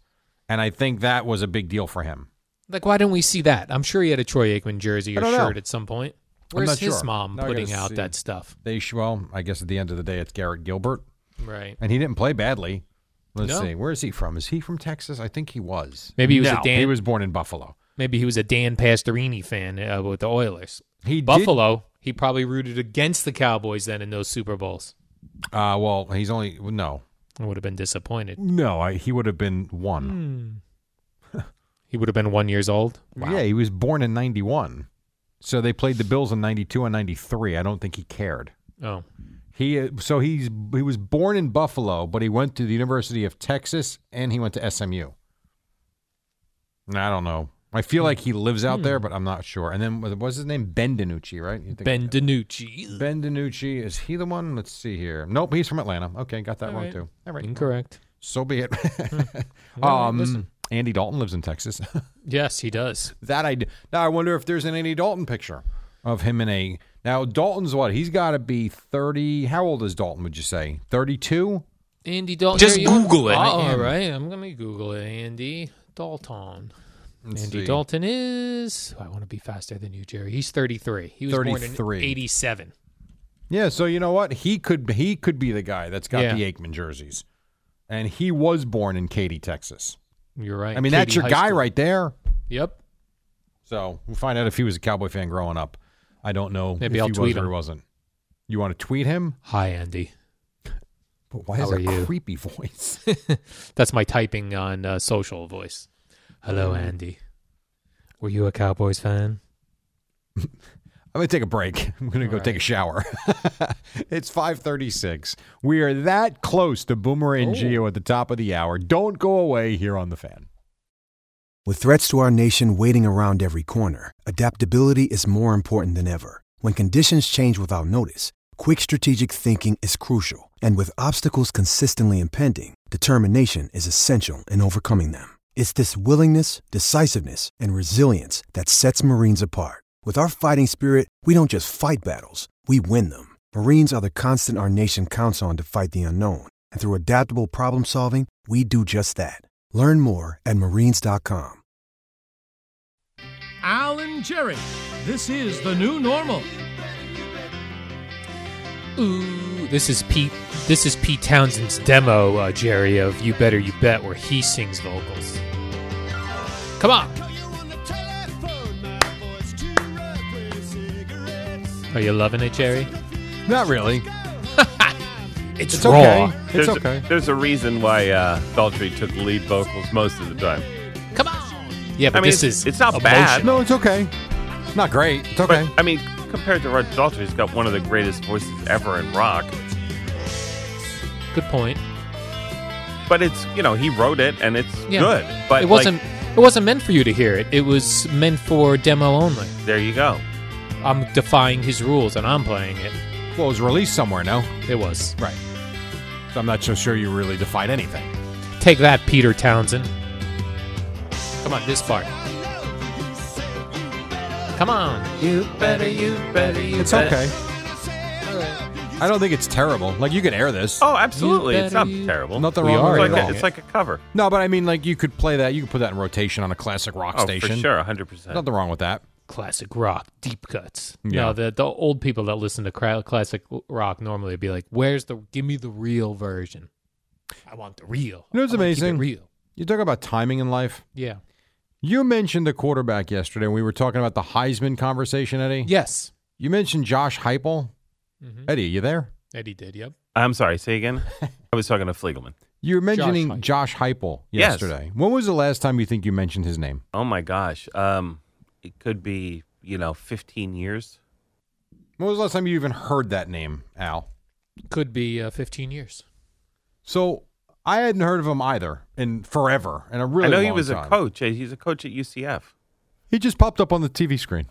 Speaker 2: and I think that was a big deal for him.
Speaker 3: like why didn't we see that? I'm sure he had a Troy Aikman jersey
Speaker 2: I
Speaker 3: or
Speaker 2: don't know.
Speaker 3: shirt at some point.
Speaker 2: I'm
Speaker 3: Where's
Speaker 2: not
Speaker 3: his
Speaker 2: sure.
Speaker 3: mom
Speaker 2: Now I
Speaker 3: putting
Speaker 2: gotta
Speaker 3: out
Speaker 2: see.
Speaker 3: that stuff?
Speaker 2: They sh- well, I guess at the end of the day, it's Garrett Gilbert,
Speaker 3: Right.
Speaker 2: and he didn't play badly. Let's
Speaker 3: No.
Speaker 2: see, where is he from? Is he from Texas? I think he was.
Speaker 3: Maybe he was a
Speaker 2: No,
Speaker 3: Dan-
Speaker 2: He was born in Buffalo.
Speaker 3: Maybe he was a Dan Pastorini fan uh, with the Oilers.
Speaker 2: He did-
Speaker 3: Buffalo. He probably rooted against the Cowboys then in those Super Bowls.
Speaker 2: uh, well, he's only no,
Speaker 3: I would have been disappointed.
Speaker 2: no. I, he would have been
Speaker 3: Hmm.
Speaker 2: one.
Speaker 3: He would have been one years old.
Speaker 2: Yeah, he was born in '91. So they played the Bills in '92 and '93. I don't think he cared.
Speaker 3: Oh,
Speaker 2: He uh, so he's he was born in Buffalo, but he went to the University of Texas and he went to SMU. And I don't know. I feel like he lives out there, but I'm not sure. And then what was his name? Ben DiNucci, right? You think-
Speaker 3: Hmm. Ben DiNucci.
Speaker 2: Ben DiNucci is he the one? Let's see here. Nope, he's from Atlanta. Okay, got that
Speaker 3: All
Speaker 2: wrong
Speaker 3: right.
Speaker 2: too. All right,
Speaker 3: Incorrect.
Speaker 2: so be it.
Speaker 3: right,
Speaker 2: um,
Speaker 3: listen.
Speaker 2: Andy Dalton lives in Texas.
Speaker 3: Yes, he does.
Speaker 2: that I d- now I wonder if there's an Andy Dalton picture of him in a now Dalton's what he's got to be thirty. How old is Dalton? Would you say thirty two?
Speaker 3: Andy Dalton.
Speaker 6: Just
Speaker 3: Here you are.
Speaker 6: Google it.
Speaker 3: Oh,
Speaker 6: I
Speaker 3: all
Speaker 6: am.
Speaker 3: right. I'm going to Google it. Andy Dalton. Andy Dalton is. oh, I want to be faster than you, Jerry. He's 33. He was born
Speaker 2: 33.
Speaker 3: in 87.
Speaker 2: Yeah, so you know what he could he could be the guy that's got
Speaker 3: Yeah.
Speaker 2: the Aikman jerseys, and he was born in Katy, Texas.
Speaker 3: You're right.
Speaker 2: I mean,
Speaker 3: Katy
Speaker 2: that's your
Speaker 3: High
Speaker 2: guy
Speaker 3: School.
Speaker 2: right there.
Speaker 3: Yep.
Speaker 2: So we'll find out if he was a Cowboy fan growing up. I don't know
Speaker 3: Maybe
Speaker 2: if
Speaker 3: I'll
Speaker 2: he
Speaker 3: tweet
Speaker 2: was
Speaker 3: him.
Speaker 2: or he wasn't. You want to tweet him?
Speaker 3: Hi, Andy.
Speaker 2: But why
Speaker 3: How
Speaker 2: is
Speaker 3: are
Speaker 2: that
Speaker 3: you?
Speaker 2: creepy voice?
Speaker 3: that's my typing on uh, social voice. Hello, Andy. Were you a Cowboys fan?
Speaker 2: I'm going to take a break. I'm going to go take a shower. it's 5:36. We are that close to Boomer
Speaker 3: Oh.
Speaker 2: and Geo at the top of the hour. Don't go away here on the fan.
Speaker 6: With threats to our nation waiting around every corner, adaptability is more important than ever. When conditions change without notice, quick strategic thinking is crucial, and with obstacles consistently impending, determination is essential in overcoming them. It's this willingness, decisiveness, and resilience that sets Marines apart. With our fighting spirit, we don't just fight battles, we win them. Marines are the constant our nation counts on to fight the unknown, and through adaptable problem solving, we do just that. Learn more at marines.com.
Speaker 1: Al and Jerry, this is the new normal.
Speaker 3: Ooh, this is Pete. This is Pete Townsend's demo, uh, Jerry, of "You Better You Bet," where he sings vocals. Come on. Are you loving it, Jerry?
Speaker 2: Not really.
Speaker 3: It's,
Speaker 2: It's
Speaker 3: raw.
Speaker 2: okay. It's
Speaker 4: There's a-
Speaker 2: okay.
Speaker 4: there's a reason why uh, Daltrey took lead vocals most of the time.
Speaker 3: Come on. Yeah, but
Speaker 4: I mean,
Speaker 3: this
Speaker 4: it's-
Speaker 3: is
Speaker 4: it's not
Speaker 3: emotion.
Speaker 4: bad.
Speaker 2: No, it's okay. Not great. It's okay.
Speaker 4: But I mean, compared to Rod Daltrey, he's got one of the greatest voices ever in rock.
Speaker 3: Good point.
Speaker 4: But it's you know he wrote it and it's
Speaker 3: Yeah.
Speaker 4: good. But
Speaker 3: it wasn't.
Speaker 4: Like,
Speaker 3: it wasn't meant for you to hear it. It was meant for demo only.
Speaker 4: there you go.
Speaker 3: I'm defying his rules, and I'm playing it.
Speaker 2: well, it was released somewhere, no?
Speaker 3: It was.
Speaker 2: Right. So I'm not so sure you really defied anything.
Speaker 3: Take that, Peter Townsend. Come on, this part. Come on.
Speaker 4: You better, you better, you
Speaker 2: It's okay. I don't think it's terrible. Like you could air this.
Speaker 4: Oh, absolutely.
Speaker 3: You
Speaker 4: It's not
Speaker 3: better, you-
Speaker 4: terrible.
Speaker 2: Nothing
Speaker 3: We
Speaker 2: wrong
Speaker 3: are
Speaker 2: with it
Speaker 4: It's
Speaker 2: at
Speaker 4: like, a,
Speaker 2: all.
Speaker 4: it's like a cover.
Speaker 2: No, but I mean, like you could play that. You could put that in rotation on a classic rock
Speaker 4: Oh,
Speaker 2: station.
Speaker 4: for sure, hundred percent.
Speaker 2: Nothing wrong with that.
Speaker 3: Classic rock, deep cuts.
Speaker 2: Yeah.
Speaker 3: No, the, the old people that listen to cra- classic rock normally would be like, "Where's the? Give me the real version. I want the real.
Speaker 2: You know what's
Speaker 3: I wanna keep it
Speaker 2: amazing?
Speaker 3: Real.
Speaker 2: You talk about timing in life.
Speaker 3: Yeah.
Speaker 2: You mentioned the quarterback yesterday. We were talking about the Heisman conversation, Eddie.
Speaker 3: Yes.
Speaker 2: You mentioned Josh Heupel.
Speaker 4: Mm-hmm.
Speaker 3: Mhm.
Speaker 2: Eddie, you there?
Speaker 3: Eddie did. Yep.
Speaker 4: I'm sorry. Say again. I was talking to Fliegelman.
Speaker 2: You were mentioning
Speaker 3: Heupel.
Speaker 2: Josh Heupel
Speaker 4: Yes.
Speaker 2: yesterday. When was the last time you think you mentioned his name?
Speaker 4: Oh my gosh. Um, it could be you know 15 years.
Speaker 2: When was the last time you even heard that name, Al?
Speaker 3: Could be uh, 15 years.
Speaker 2: So I hadn't heard of him either in forever, and a really
Speaker 4: I know he
Speaker 2: long
Speaker 4: was
Speaker 2: time.
Speaker 4: a coach. Uh, He's a coach at UCF.
Speaker 2: He just popped up on the TV screen.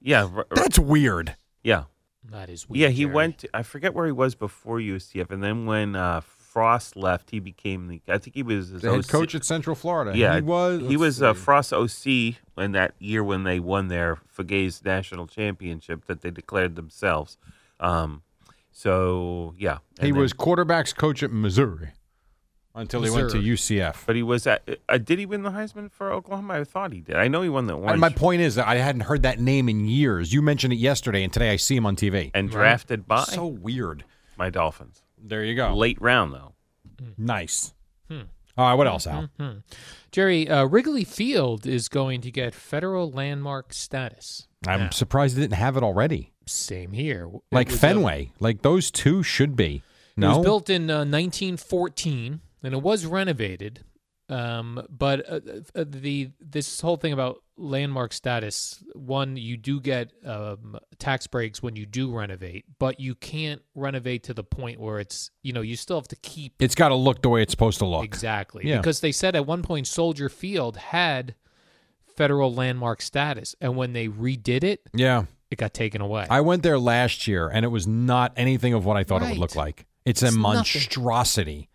Speaker 4: Yeah. r- r-
Speaker 2: That's weird.
Speaker 4: yeah.
Speaker 3: That is weird.
Speaker 4: Yeah. He
Speaker 3: Jerry.
Speaker 4: went. I forget where he was before UCF, and then when uh, Frost left, he became the. I think he was his
Speaker 2: The head
Speaker 4: OC
Speaker 2: coach at Central Florida.
Speaker 4: Yeah,
Speaker 2: he was.
Speaker 4: He
Speaker 2: let's
Speaker 4: was uh,
Speaker 2: see.
Speaker 4: Frost OC in that year when they won their Fugaze national championship that they declared themselves. Um, so yeah, and
Speaker 2: he
Speaker 4: then-
Speaker 2: was quarterbacks coach at Missouri until he went to
Speaker 3: Missouri.
Speaker 2: UCF.
Speaker 4: But he was at. Uh, did he win the Heisman for Oklahoma? I thought he did. I know he won the
Speaker 2: And
Speaker 4: orange
Speaker 2: my point is that I hadn't heard that name in years. You mentioned it yesterday, and today I see him on TV.
Speaker 4: and drafted by
Speaker 2: So weird.
Speaker 4: my Dolphins.
Speaker 2: There you go.
Speaker 4: Late round though.
Speaker 2: Nice.
Speaker 3: Hmm.
Speaker 2: All right. What else,
Speaker 3: Mm-hmm.
Speaker 2: Al?
Speaker 3: Jerry, uh, Wrigley Field is going to get federal landmark status.
Speaker 2: I'm
Speaker 3: Yeah.
Speaker 2: surprised they didn't have it already.
Speaker 3: Same here. It
Speaker 2: Like
Speaker 3: was, uh,
Speaker 2: Fenway. like those two should be. No.
Speaker 3: It was built in uh, 1914, and it was renovated. Um, but uh, uh, the this whole thing about landmark status, one, you do get um, tax breaks when you do renovate, but you can't renovate to the point where it's you know you still have to keep
Speaker 2: it's got to look the way it's supposed to look.
Speaker 3: Exactly.
Speaker 2: Yeah.
Speaker 3: Because they said at one point Soldier Field had federal landmark status. And when they redid it,
Speaker 2: Yeah.
Speaker 3: it got taken away.
Speaker 2: I went there last year and it was not anything of what I thought it would
Speaker 3: Right.
Speaker 2: look like.
Speaker 3: It's
Speaker 2: It's, a
Speaker 3: nothing.
Speaker 2: monstrosity.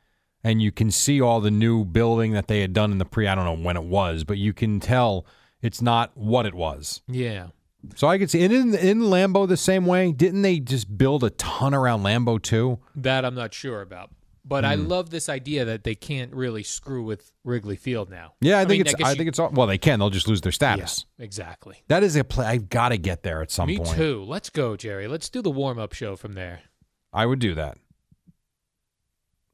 Speaker 2: And you can see all the new building that they had done in the pre I don't know when it was, but you can tell it's not what it was.
Speaker 3: yeah.
Speaker 2: So I could see and in in Lambo the same way, didn't they just build a ton around Lambo too?
Speaker 3: That I'm not sure about. But
Speaker 2: Hmm.
Speaker 3: I love this idea that they can't really screw with Wrigley Field now.
Speaker 2: Yeah, I think
Speaker 3: mean,
Speaker 2: it's
Speaker 3: guess
Speaker 2: I,
Speaker 3: you-
Speaker 2: think it's all, well they can, they'll just lose their status.
Speaker 3: Yeah, exactly.
Speaker 2: That is a play I've got to get there at some
Speaker 3: Me
Speaker 2: point.
Speaker 3: too. Let's go, Jerry. Let's do the warm up show from there.
Speaker 2: I would do that.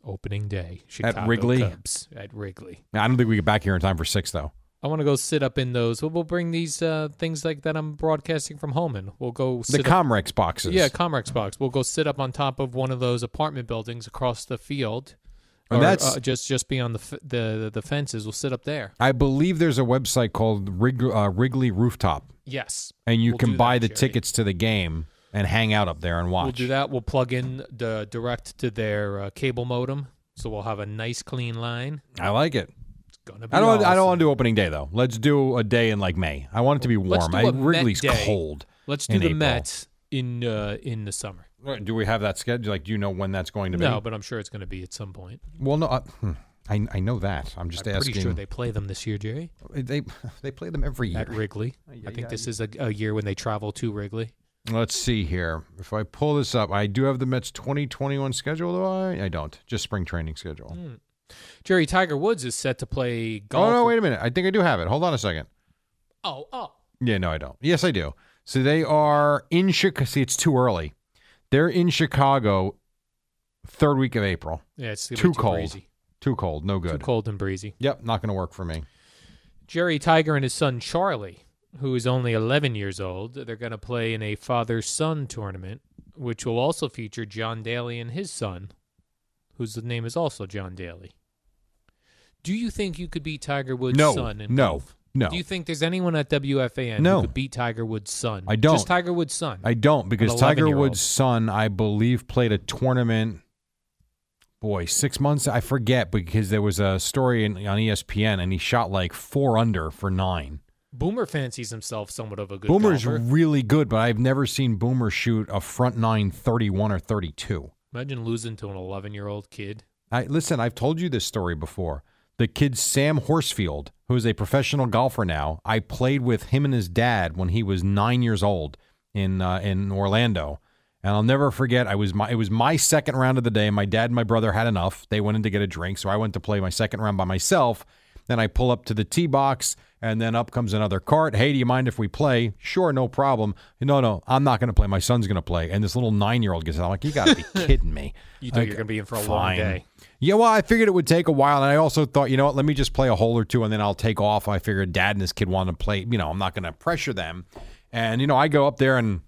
Speaker 3: Opening day. Chicago
Speaker 2: Wrigley?
Speaker 3: Cubs at Wrigley.
Speaker 2: I don't think we get back here in time for 6 though.
Speaker 3: I want to go sit up in those. We'll, we'll bring these uh, things like that I'm broadcasting from home and we'll go
Speaker 2: The
Speaker 3: sit up
Speaker 2: Comrex boxes.
Speaker 3: Yeah, Comrex box. We'll go sit up on top of one of those apartment buildings across the field
Speaker 2: And
Speaker 3: or
Speaker 2: that's-
Speaker 3: uh, just just be on the, f- the the fences. We'll sit up there.
Speaker 2: I believe there's a website called Rig- uh, Wrigley Rooftop,
Speaker 3: Yes,
Speaker 2: and you
Speaker 3: We'll do
Speaker 2: can
Speaker 3: that,
Speaker 2: buy the
Speaker 3: Jerry.
Speaker 2: tickets to the game and hang out up there and watch.
Speaker 3: We'll do that. We'll plug in the direct to their uh, cable modem, so we'll have a nice clean line.
Speaker 2: I like it.
Speaker 3: It's gonna be.
Speaker 2: I don't. I don't want
Speaker 3: awesome.
Speaker 2: to do opening day though. Let's do a day in like May. I want it to be
Speaker 3: Let's
Speaker 2: warm.
Speaker 3: do
Speaker 2: I,
Speaker 3: a Met
Speaker 2: Wrigley's
Speaker 3: day.
Speaker 2: cold.
Speaker 3: Let's do
Speaker 2: in
Speaker 3: the
Speaker 2: April.
Speaker 3: Mets in uh, in the summer.
Speaker 2: Right, Do we have that schedule? Like, do you know when that's going to be?
Speaker 3: No, but I'm sure it's going to be at some point.
Speaker 2: Well, no. I, hmm, I, I know that. I'm just
Speaker 3: I'm
Speaker 2: asking.
Speaker 3: pretty sure they play them this year, Jerry,
Speaker 2: they, they play them every year.
Speaker 3: at Wrigley. I think this is a, a year when they travel to Wrigley.
Speaker 2: Let's see here. If I pull this up, I do have the Mets 2021 schedule. Do I? I don't. Just spring training schedule.
Speaker 3: Jerry Tiger Woods is set to play Hmm, golf.
Speaker 2: Oh no! Wait a minute. I think I do have it. Hold on a second.
Speaker 3: Oh, oh.
Speaker 2: Yeah, no, I don't. Yes, I do. So they are in Chicago. See, it's too early. They're in Chicago, third week of April.
Speaker 3: Yeah, it's gonna be
Speaker 2: Too cold.
Speaker 3: breezy.
Speaker 2: Too cold. No good.
Speaker 3: Too cold and breezy.
Speaker 2: Yep, not going to work for me.
Speaker 3: Jerry Tiger and his son Charlie, who is only 11 years old, they're going to play in a father son tournament, which will also feature John Daly and his son, whose name is also John Daly. Do you think you could beat Tiger Woods'
Speaker 2: No,
Speaker 3: son in
Speaker 2: no,
Speaker 3: golf?
Speaker 2: no.
Speaker 3: Do you think there's anyone at WFAN
Speaker 2: No.
Speaker 3: who could beat Tiger Woods' son?
Speaker 2: I don't.
Speaker 3: Just Tiger Woods' son.
Speaker 2: I don't because Tiger
Speaker 3: 11-year-old.
Speaker 2: Woods' son, I believe, played a tournament. Boy, six months. I forget because there was a story in, on E ESPN and he shot like four under for nine.
Speaker 3: Boomer fancies himself somewhat of a good
Speaker 2: Boomer's
Speaker 3: golfer.
Speaker 2: really good, but I've never seen Boomer shoot a front nine 31 or 32.
Speaker 3: Imagine losing to an 11 year old kid.
Speaker 2: I listen, I've told you this story before. The kid Sam Horsfield, who is a professional golfer now, I played with him and his dad when he was nine years old in uh, in Orlando, and I'll never forget. I was my it was my second round of the day. My dad and my brother had enough. They went in to get a drink, so I went to play my second round by myself. Then I pull up to the tee box, and then up comes another cart. Hey, do you mind if we play? Sure, no problem. No, no, I'm not going to play. My son's going to play. And this little nine year old gets out. I'm like, you got to be kidding me.
Speaker 3: You thought you
Speaker 2: Like,
Speaker 3: were going to be in for a long
Speaker 2: fine.
Speaker 3: day.
Speaker 2: Yeah, well, I figured it would take a while, and I also thought, you know what? Let me just play a hole or two, and then I'll take off. I figured Dad and his kid want to play. You know, I'm not going to pressure them. And you know, I go up there, and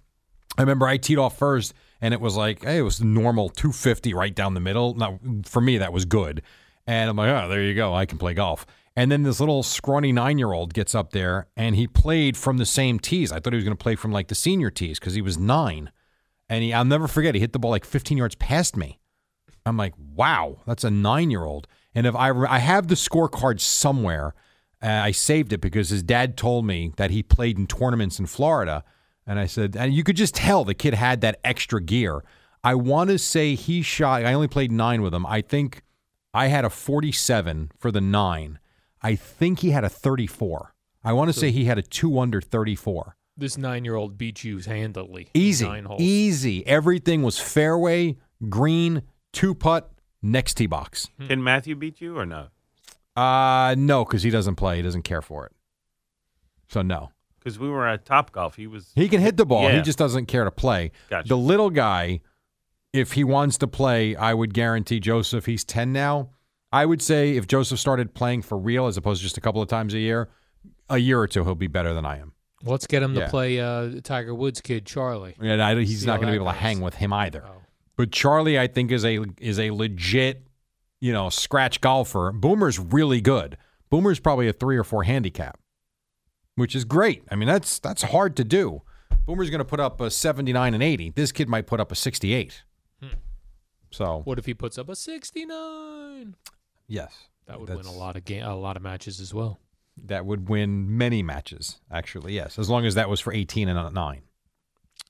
Speaker 2: I remember I teed off first, and it was like, hey, it was normal 250 right down the middle. Now for me, that was good. And I'm like, oh, there you go, I can play golf. And then this little scrawny nine year old gets up there, and he played from the same tees. I thought he was going to play from like the senior tees because he was nine. And he, I'll never forget, he hit the ball like 15 yards past me. I'm like, wow, that's a nine year old. And if I I have the scorecard somewhere, uh, I saved it because his dad told me that he played in tournaments in Florida, and I said, and you could just tell the kid had that extra gear. I want to say he shot. I only played nine with him. I think I had a 47 for the nine. I think he had a 34. I want to say he had a two under 34.
Speaker 3: This nine year old beat you handily. in
Speaker 2: Easy.
Speaker 3: Nine holes.
Speaker 2: Easy. Everything was fairway, green, two putt, next tee box.
Speaker 4: Can Matthew beat you or no?
Speaker 2: Uh no, because he doesn't play. He doesn't care for it. So no,
Speaker 4: Because we were at Top Golf. He was.
Speaker 2: he can hit the ball. He
Speaker 4: Yeah.
Speaker 2: just doesn't care to play.
Speaker 4: Gotcha.
Speaker 2: The little guy, if he wants to play, I would guarantee Joseph. He's ten now. I would say if Joseph started playing for real, as opposed to just a couple of times a year, a year or two, he'll be better than I am.
Speaker 3: Let's get him
Speaker 2: Yeah.
Speaker 3: to play uh, Tiger Woods' kid, Charlie.
Speaker 2: And I, he's
Speaker 3: See
Speaker 2: not
Speaker 3: how
Speaker 2: going to
Speaker 3: that
Speaker 2: be able to
Speaker 3: goes.
Speaker 2: hang with him either.
Speaker 3: Oh.
Speaker 2: But Charlie, I think, is a is a legit, you know, scratch golfer. Boomer's really good. Boomer's probably a three or four handicap, which is great. I mean, that's that's hard to do. Boomer's going to put up a seventy nine and eighty. This kid might put up a sixty eight.
Speaker 3: Hmm.
Speaker 2: So
Speaker 3: What if he puts up a 69?
Speaker 2: yes,
Speaker 3: That would
Speaker 2: That's-
Speaker 3: win a lot of game, a lot of matches as well.
Speaker 2: That would win many matches, actually. Yes, as long as that was for eighteen and not nine.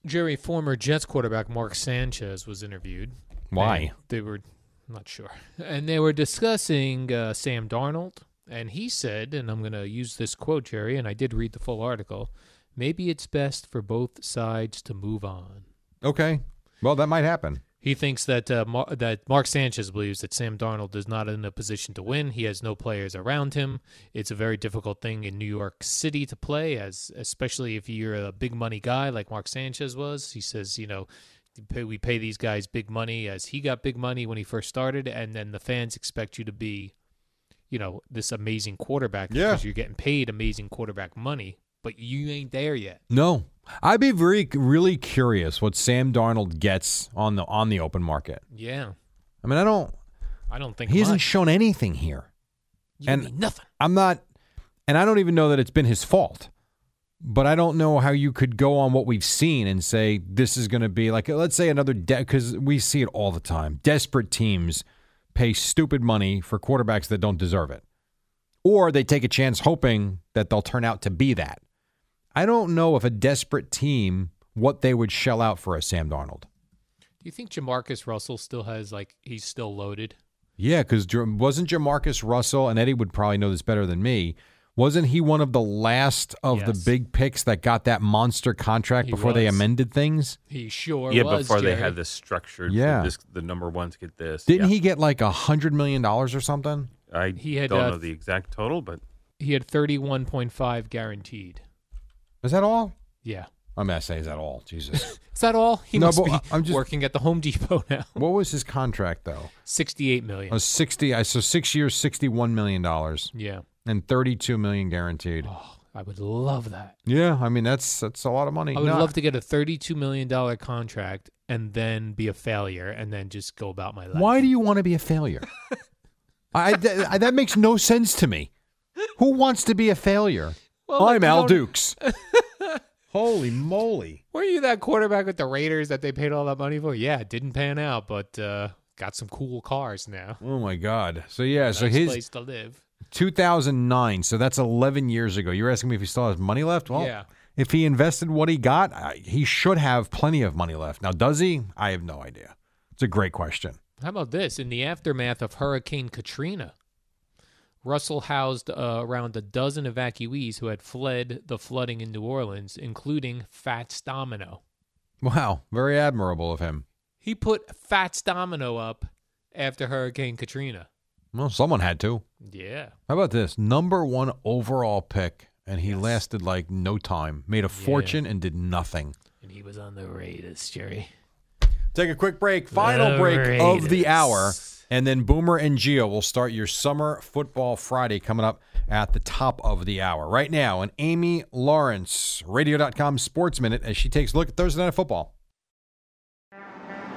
Speaker 3: Jerry, former Jets quarterback Mark Sanchez was interviewed.
Speaker 2: Why?
Speaker 3: And They were I'm not sure. And they were discussing uh, Sam Darnold. And he said, and I'm going to use this quote, Jerry, and I did read the full article maybe it's best for both sides to move on.
Speaker 2: Okay. Well, that might happen.
Speaker 3: He thinks that uh, Mar- that Mark Sanchez believes that Sam Darnold is not in a position to win. He has no players around him. It's a very difficult thing in New York City to play, as especially if you're a big money guy like Mark Sanchez was. He says, you know, you pay- we pay these guys big money, as he got big money when he first started, and then the fans expect you to be, you know, this amazing quarterback
Speaker 2: Yeah.
Speaker 3: because you're getting paid amazing quarterback money, but you ain't there yet.
Speaker 2: No, I'd be very really curious what Sam Darnold gets on the on the open market.
Speaker 3: Yeah.
Speaker 2: I mean, I don't.
Speaker 3: I don't think
Speaker 2: He hasn't
Speaker 3: much.
Speaker 2: shown anything here.
Speaker 3: You
Speaker 2: and-
Speaker 3: mean nothing.
Speaker 2: I'm not, and I don't even know that it's been his fault. But I don't know how you could go on what we've seen and say this is going to be like, let's say another debt, because we see it all the time. Desperate teams pay stupid money for quarterbacks that don't deserve it, or they take a chance hoping that they'll turn out to be that. I don't know if a desperate team what they would shell out for a Sam Darnold.
Speaker 3: Do you think Jamarcus Russell still has like he's still loaded?
Speaker 2: Yeah, because wasn't Jamarcus Russell, and Eddie would probably know this better than me. Wasn't he one of the last of the
Speaker 3: Yes.
Speaker 2: big picks that got that monster contract
Speaker 3: He
Speaker 2: before they
Speaker 3: was.
Speaker 2: amended things?
Speaker 3: He sure
Speaker 4: yeah,
Speaker 3: was.
Speaker 4: before they
Speaker 3: Jerry.
Speaker 4: had this structured.
Speaker 2: Yeah.
Speaker 4: Yeah, this, the number ones get this.
Speaker 2: Didn't
Speaker 4: Yeah.
Speaker 2: he get like a hundred million dollars or something?
Speaker 4: I
Speaker 3: He had,
Speaker 4: don't
Speaker 3: uh,
Speaker 4: know the exact total, but
Speaker 3: he had thirty one point five guaranteed.
Speaker 2: Is that all?
Speaker 3: Yeah.
Speaker 2: I'm gonna say is that all? Jesus,
Speaker 3: Is that all? He
Speaker 2: No,
Speaker 3: must
Speaker 2: but
Speaker 3: be
Speaker 2: I- I'm just-
Speaker 3: working at the Home Depot now.
Speaker 2: what was his contract though?
Speaker 3: Sixty eight million.
Speaker 2: A sixty, I so six years, sixty-one million dollars
Speaker 3: yeah.
Speaker 2: and thirty-two million guaranteed.
Speaker 3: Oh, I would love that.
Speaker 2: Yeah, I mean that's that's a lot of money.
Speaker 3: I would
Speaker 2: No,
Speaker 3: love to get a thirty-two million dollar contract and then be a failure and then just go about my life.
Speaker 2: Why do you want to be a failure? I, th- I- that makes no sense to me. Who wants to be a failure?
Speaker 3: Well, like,
Speaker 2: I'm
Speaker 3: you
Speaker 2: Al
Speaker 3: don't-
Speaker 2: Dukes. Holy moly!
Speaker 3: Were you that quarterback with the Raiders that they paid all that money for? Yeah, it didn't pan out, but uh, got some cool cars now.
Speaker 2: Oh my God! So yeah, so
Speaker 3: nice
Speaker 2: his
Speaker 3: place to live.
Speaker 2: 2009. So that's 11 years ago. You're asking me if he still has money left? Well,
Speaker 3: Yeah.
Speaker 2: if he invested what he got, I, he should have plenty of money left. Now, does he? I have no idea. It's a great question.
Speaker 3: How about this? In the aftermath of Hurricane Katrina, Russell housed uh, around a dozen evacuees who had fled the flooding in New Orleans, including Fats Domino.
Speaker 2: Wow, very admirable of him.
Speaker 3: He put Fats Domino up after Hurricane Katrina.
Speaker 2: Well, someone had to.
Speaker 3: Yeah.
Speaker 2: How about this? Number one overall pick, and he lasted like no time, made a
Speaker 3: Yeah.
Speaker 2: fortune, and did nothing.
Speaker 3: And he was on the Raiders, Jerry.
Speaker 2: Take a quick break. Final break of the
Speaker 3: Raiders.
Speaker 2: hour. And then Boomer and Geo will start your summer football Friday coming up at the top of the hour. Right now, an Amy Lawrence, radio.com sports minute, as she takes a look at Thursday Night Football.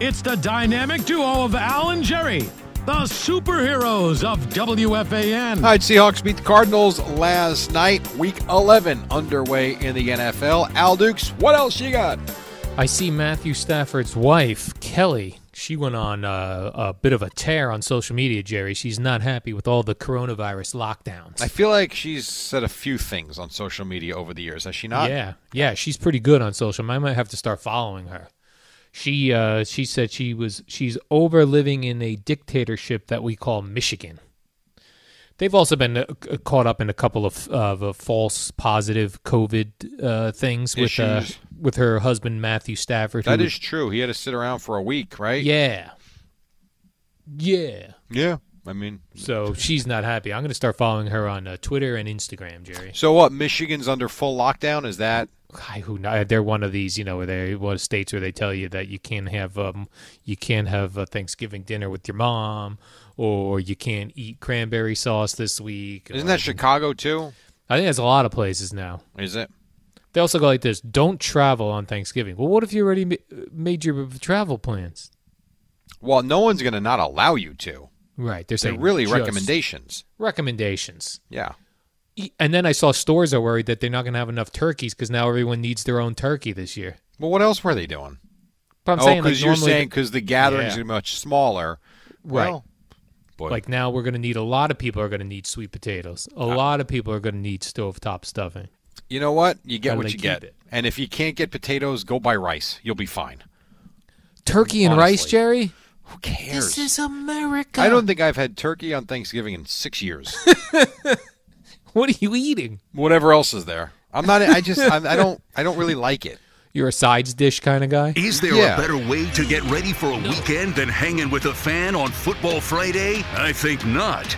Speaker 1: It's the dynamic duo of Al and Jerry, the superheroes of WFAN.
Speaker 2: All right, Seahawks beat the Cardinals last night. Week 11 underway in the NFL. Al Dukes, what else you got?
Speaker 3: I see Matthew Stafford's wife, Kelly. She went on uh, a bit of a tear on social media, Jerry. She's not happy with all the coronavirus lockdowns.
Speaker 2: I feel like she's said a few things on social media over the years, has she not?
Speaker 3: yeah, yeah, she's pretty good on social. I might have to start following her. She uh, she said she was she's over living in a dictatorship that we call Michigan. They've also been uh, c- caught up in a couple of of uh, false positive COVID uh, things with uh,
Speaker 2: Issues.
Speaker 3: with her husband Matthew Stafford. who
Speaker 2: That
Speaker 3: was-
Speaker 2: is true. He had to sit around for a week, right?
Speaker 3: yeah, yeah.
Speaker 2: Yeah. I mean,
Speaker 3: So she's not happy. I'm going to start following her on uh, Twitter and Instagram, Jerry.
Speaker 2: so what? Michigan's under full lockdown? Is that
Speaker 3: I, who kn- uh, they're one of these, you know, where they one of the states where they tell you that you can't have um, you can't have a Thanksgiving dinner with your mom, or you can't eat cranberry sauce this week.
Speaker 2: Isn't
Speaker 3: or-
Speaker 2: that Chicago too?
Speaker 3: I think that's a lot of places now.
Speaker 2: Is it?
Speaker 3: They also go like this: don't travel on Thanksgiving. Well, what if you already ma- made your travel plans?
Speaker 2: Well, no one's going to not allow you to.
Speaker 3: Right, they're
Speaker 2: They're
Speaker 3: saying
Speaker 2: really
Speaker 3: just
Speaker 2: recommendations.
Speaker 3: Recommendations.
Speaker 2: Yeah.
Speaker 3: E- And then I saw stores are worried that they're not going to have enough turkeys because now everyone needs their own turkey this year.
Speaker 2: Well, what else were they doing?
Speaker 3: But I'm
Speaker 2: oh,
Speaker 3: saying, like,
Speaker 2: because you're
Speaker 3: normally-
Speaker 2: saying because the gatherings
Speaker 3: Yeah.
Speaker 2: are much smaller.
Speaker 3: Right.
Speaker 2: Well, boy, Ah.
Speaker 3: like now we're going to need a lot of people are going to need sweet potatoes. A lot of people are going to need stovetop stuffing.
Speaker 2: you know what? You get
Speaker 3: How do
Speaker 2: what
Speaker 3: they
Speaker 2: you get.
Speaker 3: keep it?
Speaker 2: And if you can't get potatoes, go buy rice. You'll be fine.
Speaker 3: Turkey and rice,
Speaker 2: Honestly.
Speaker 3: Jerry?
Speaker 2: Who cares?
Speaker 3: is America.
Speaker 2: I don't think I've had turkey on Thanksgiving in six years.
Speaker 3: What are you eating?
Speaker 2: Whatever else is there, I'm not. I just. I'm, I don't. I don't really like it.
Speaker 3: You're a sides dish kind of guy.
Speaker 7: Is there
Speaker 3: Yeah.
Speaker 7: a better way to get ready for a weekend than hanging with a fan on Football Friday? I think not.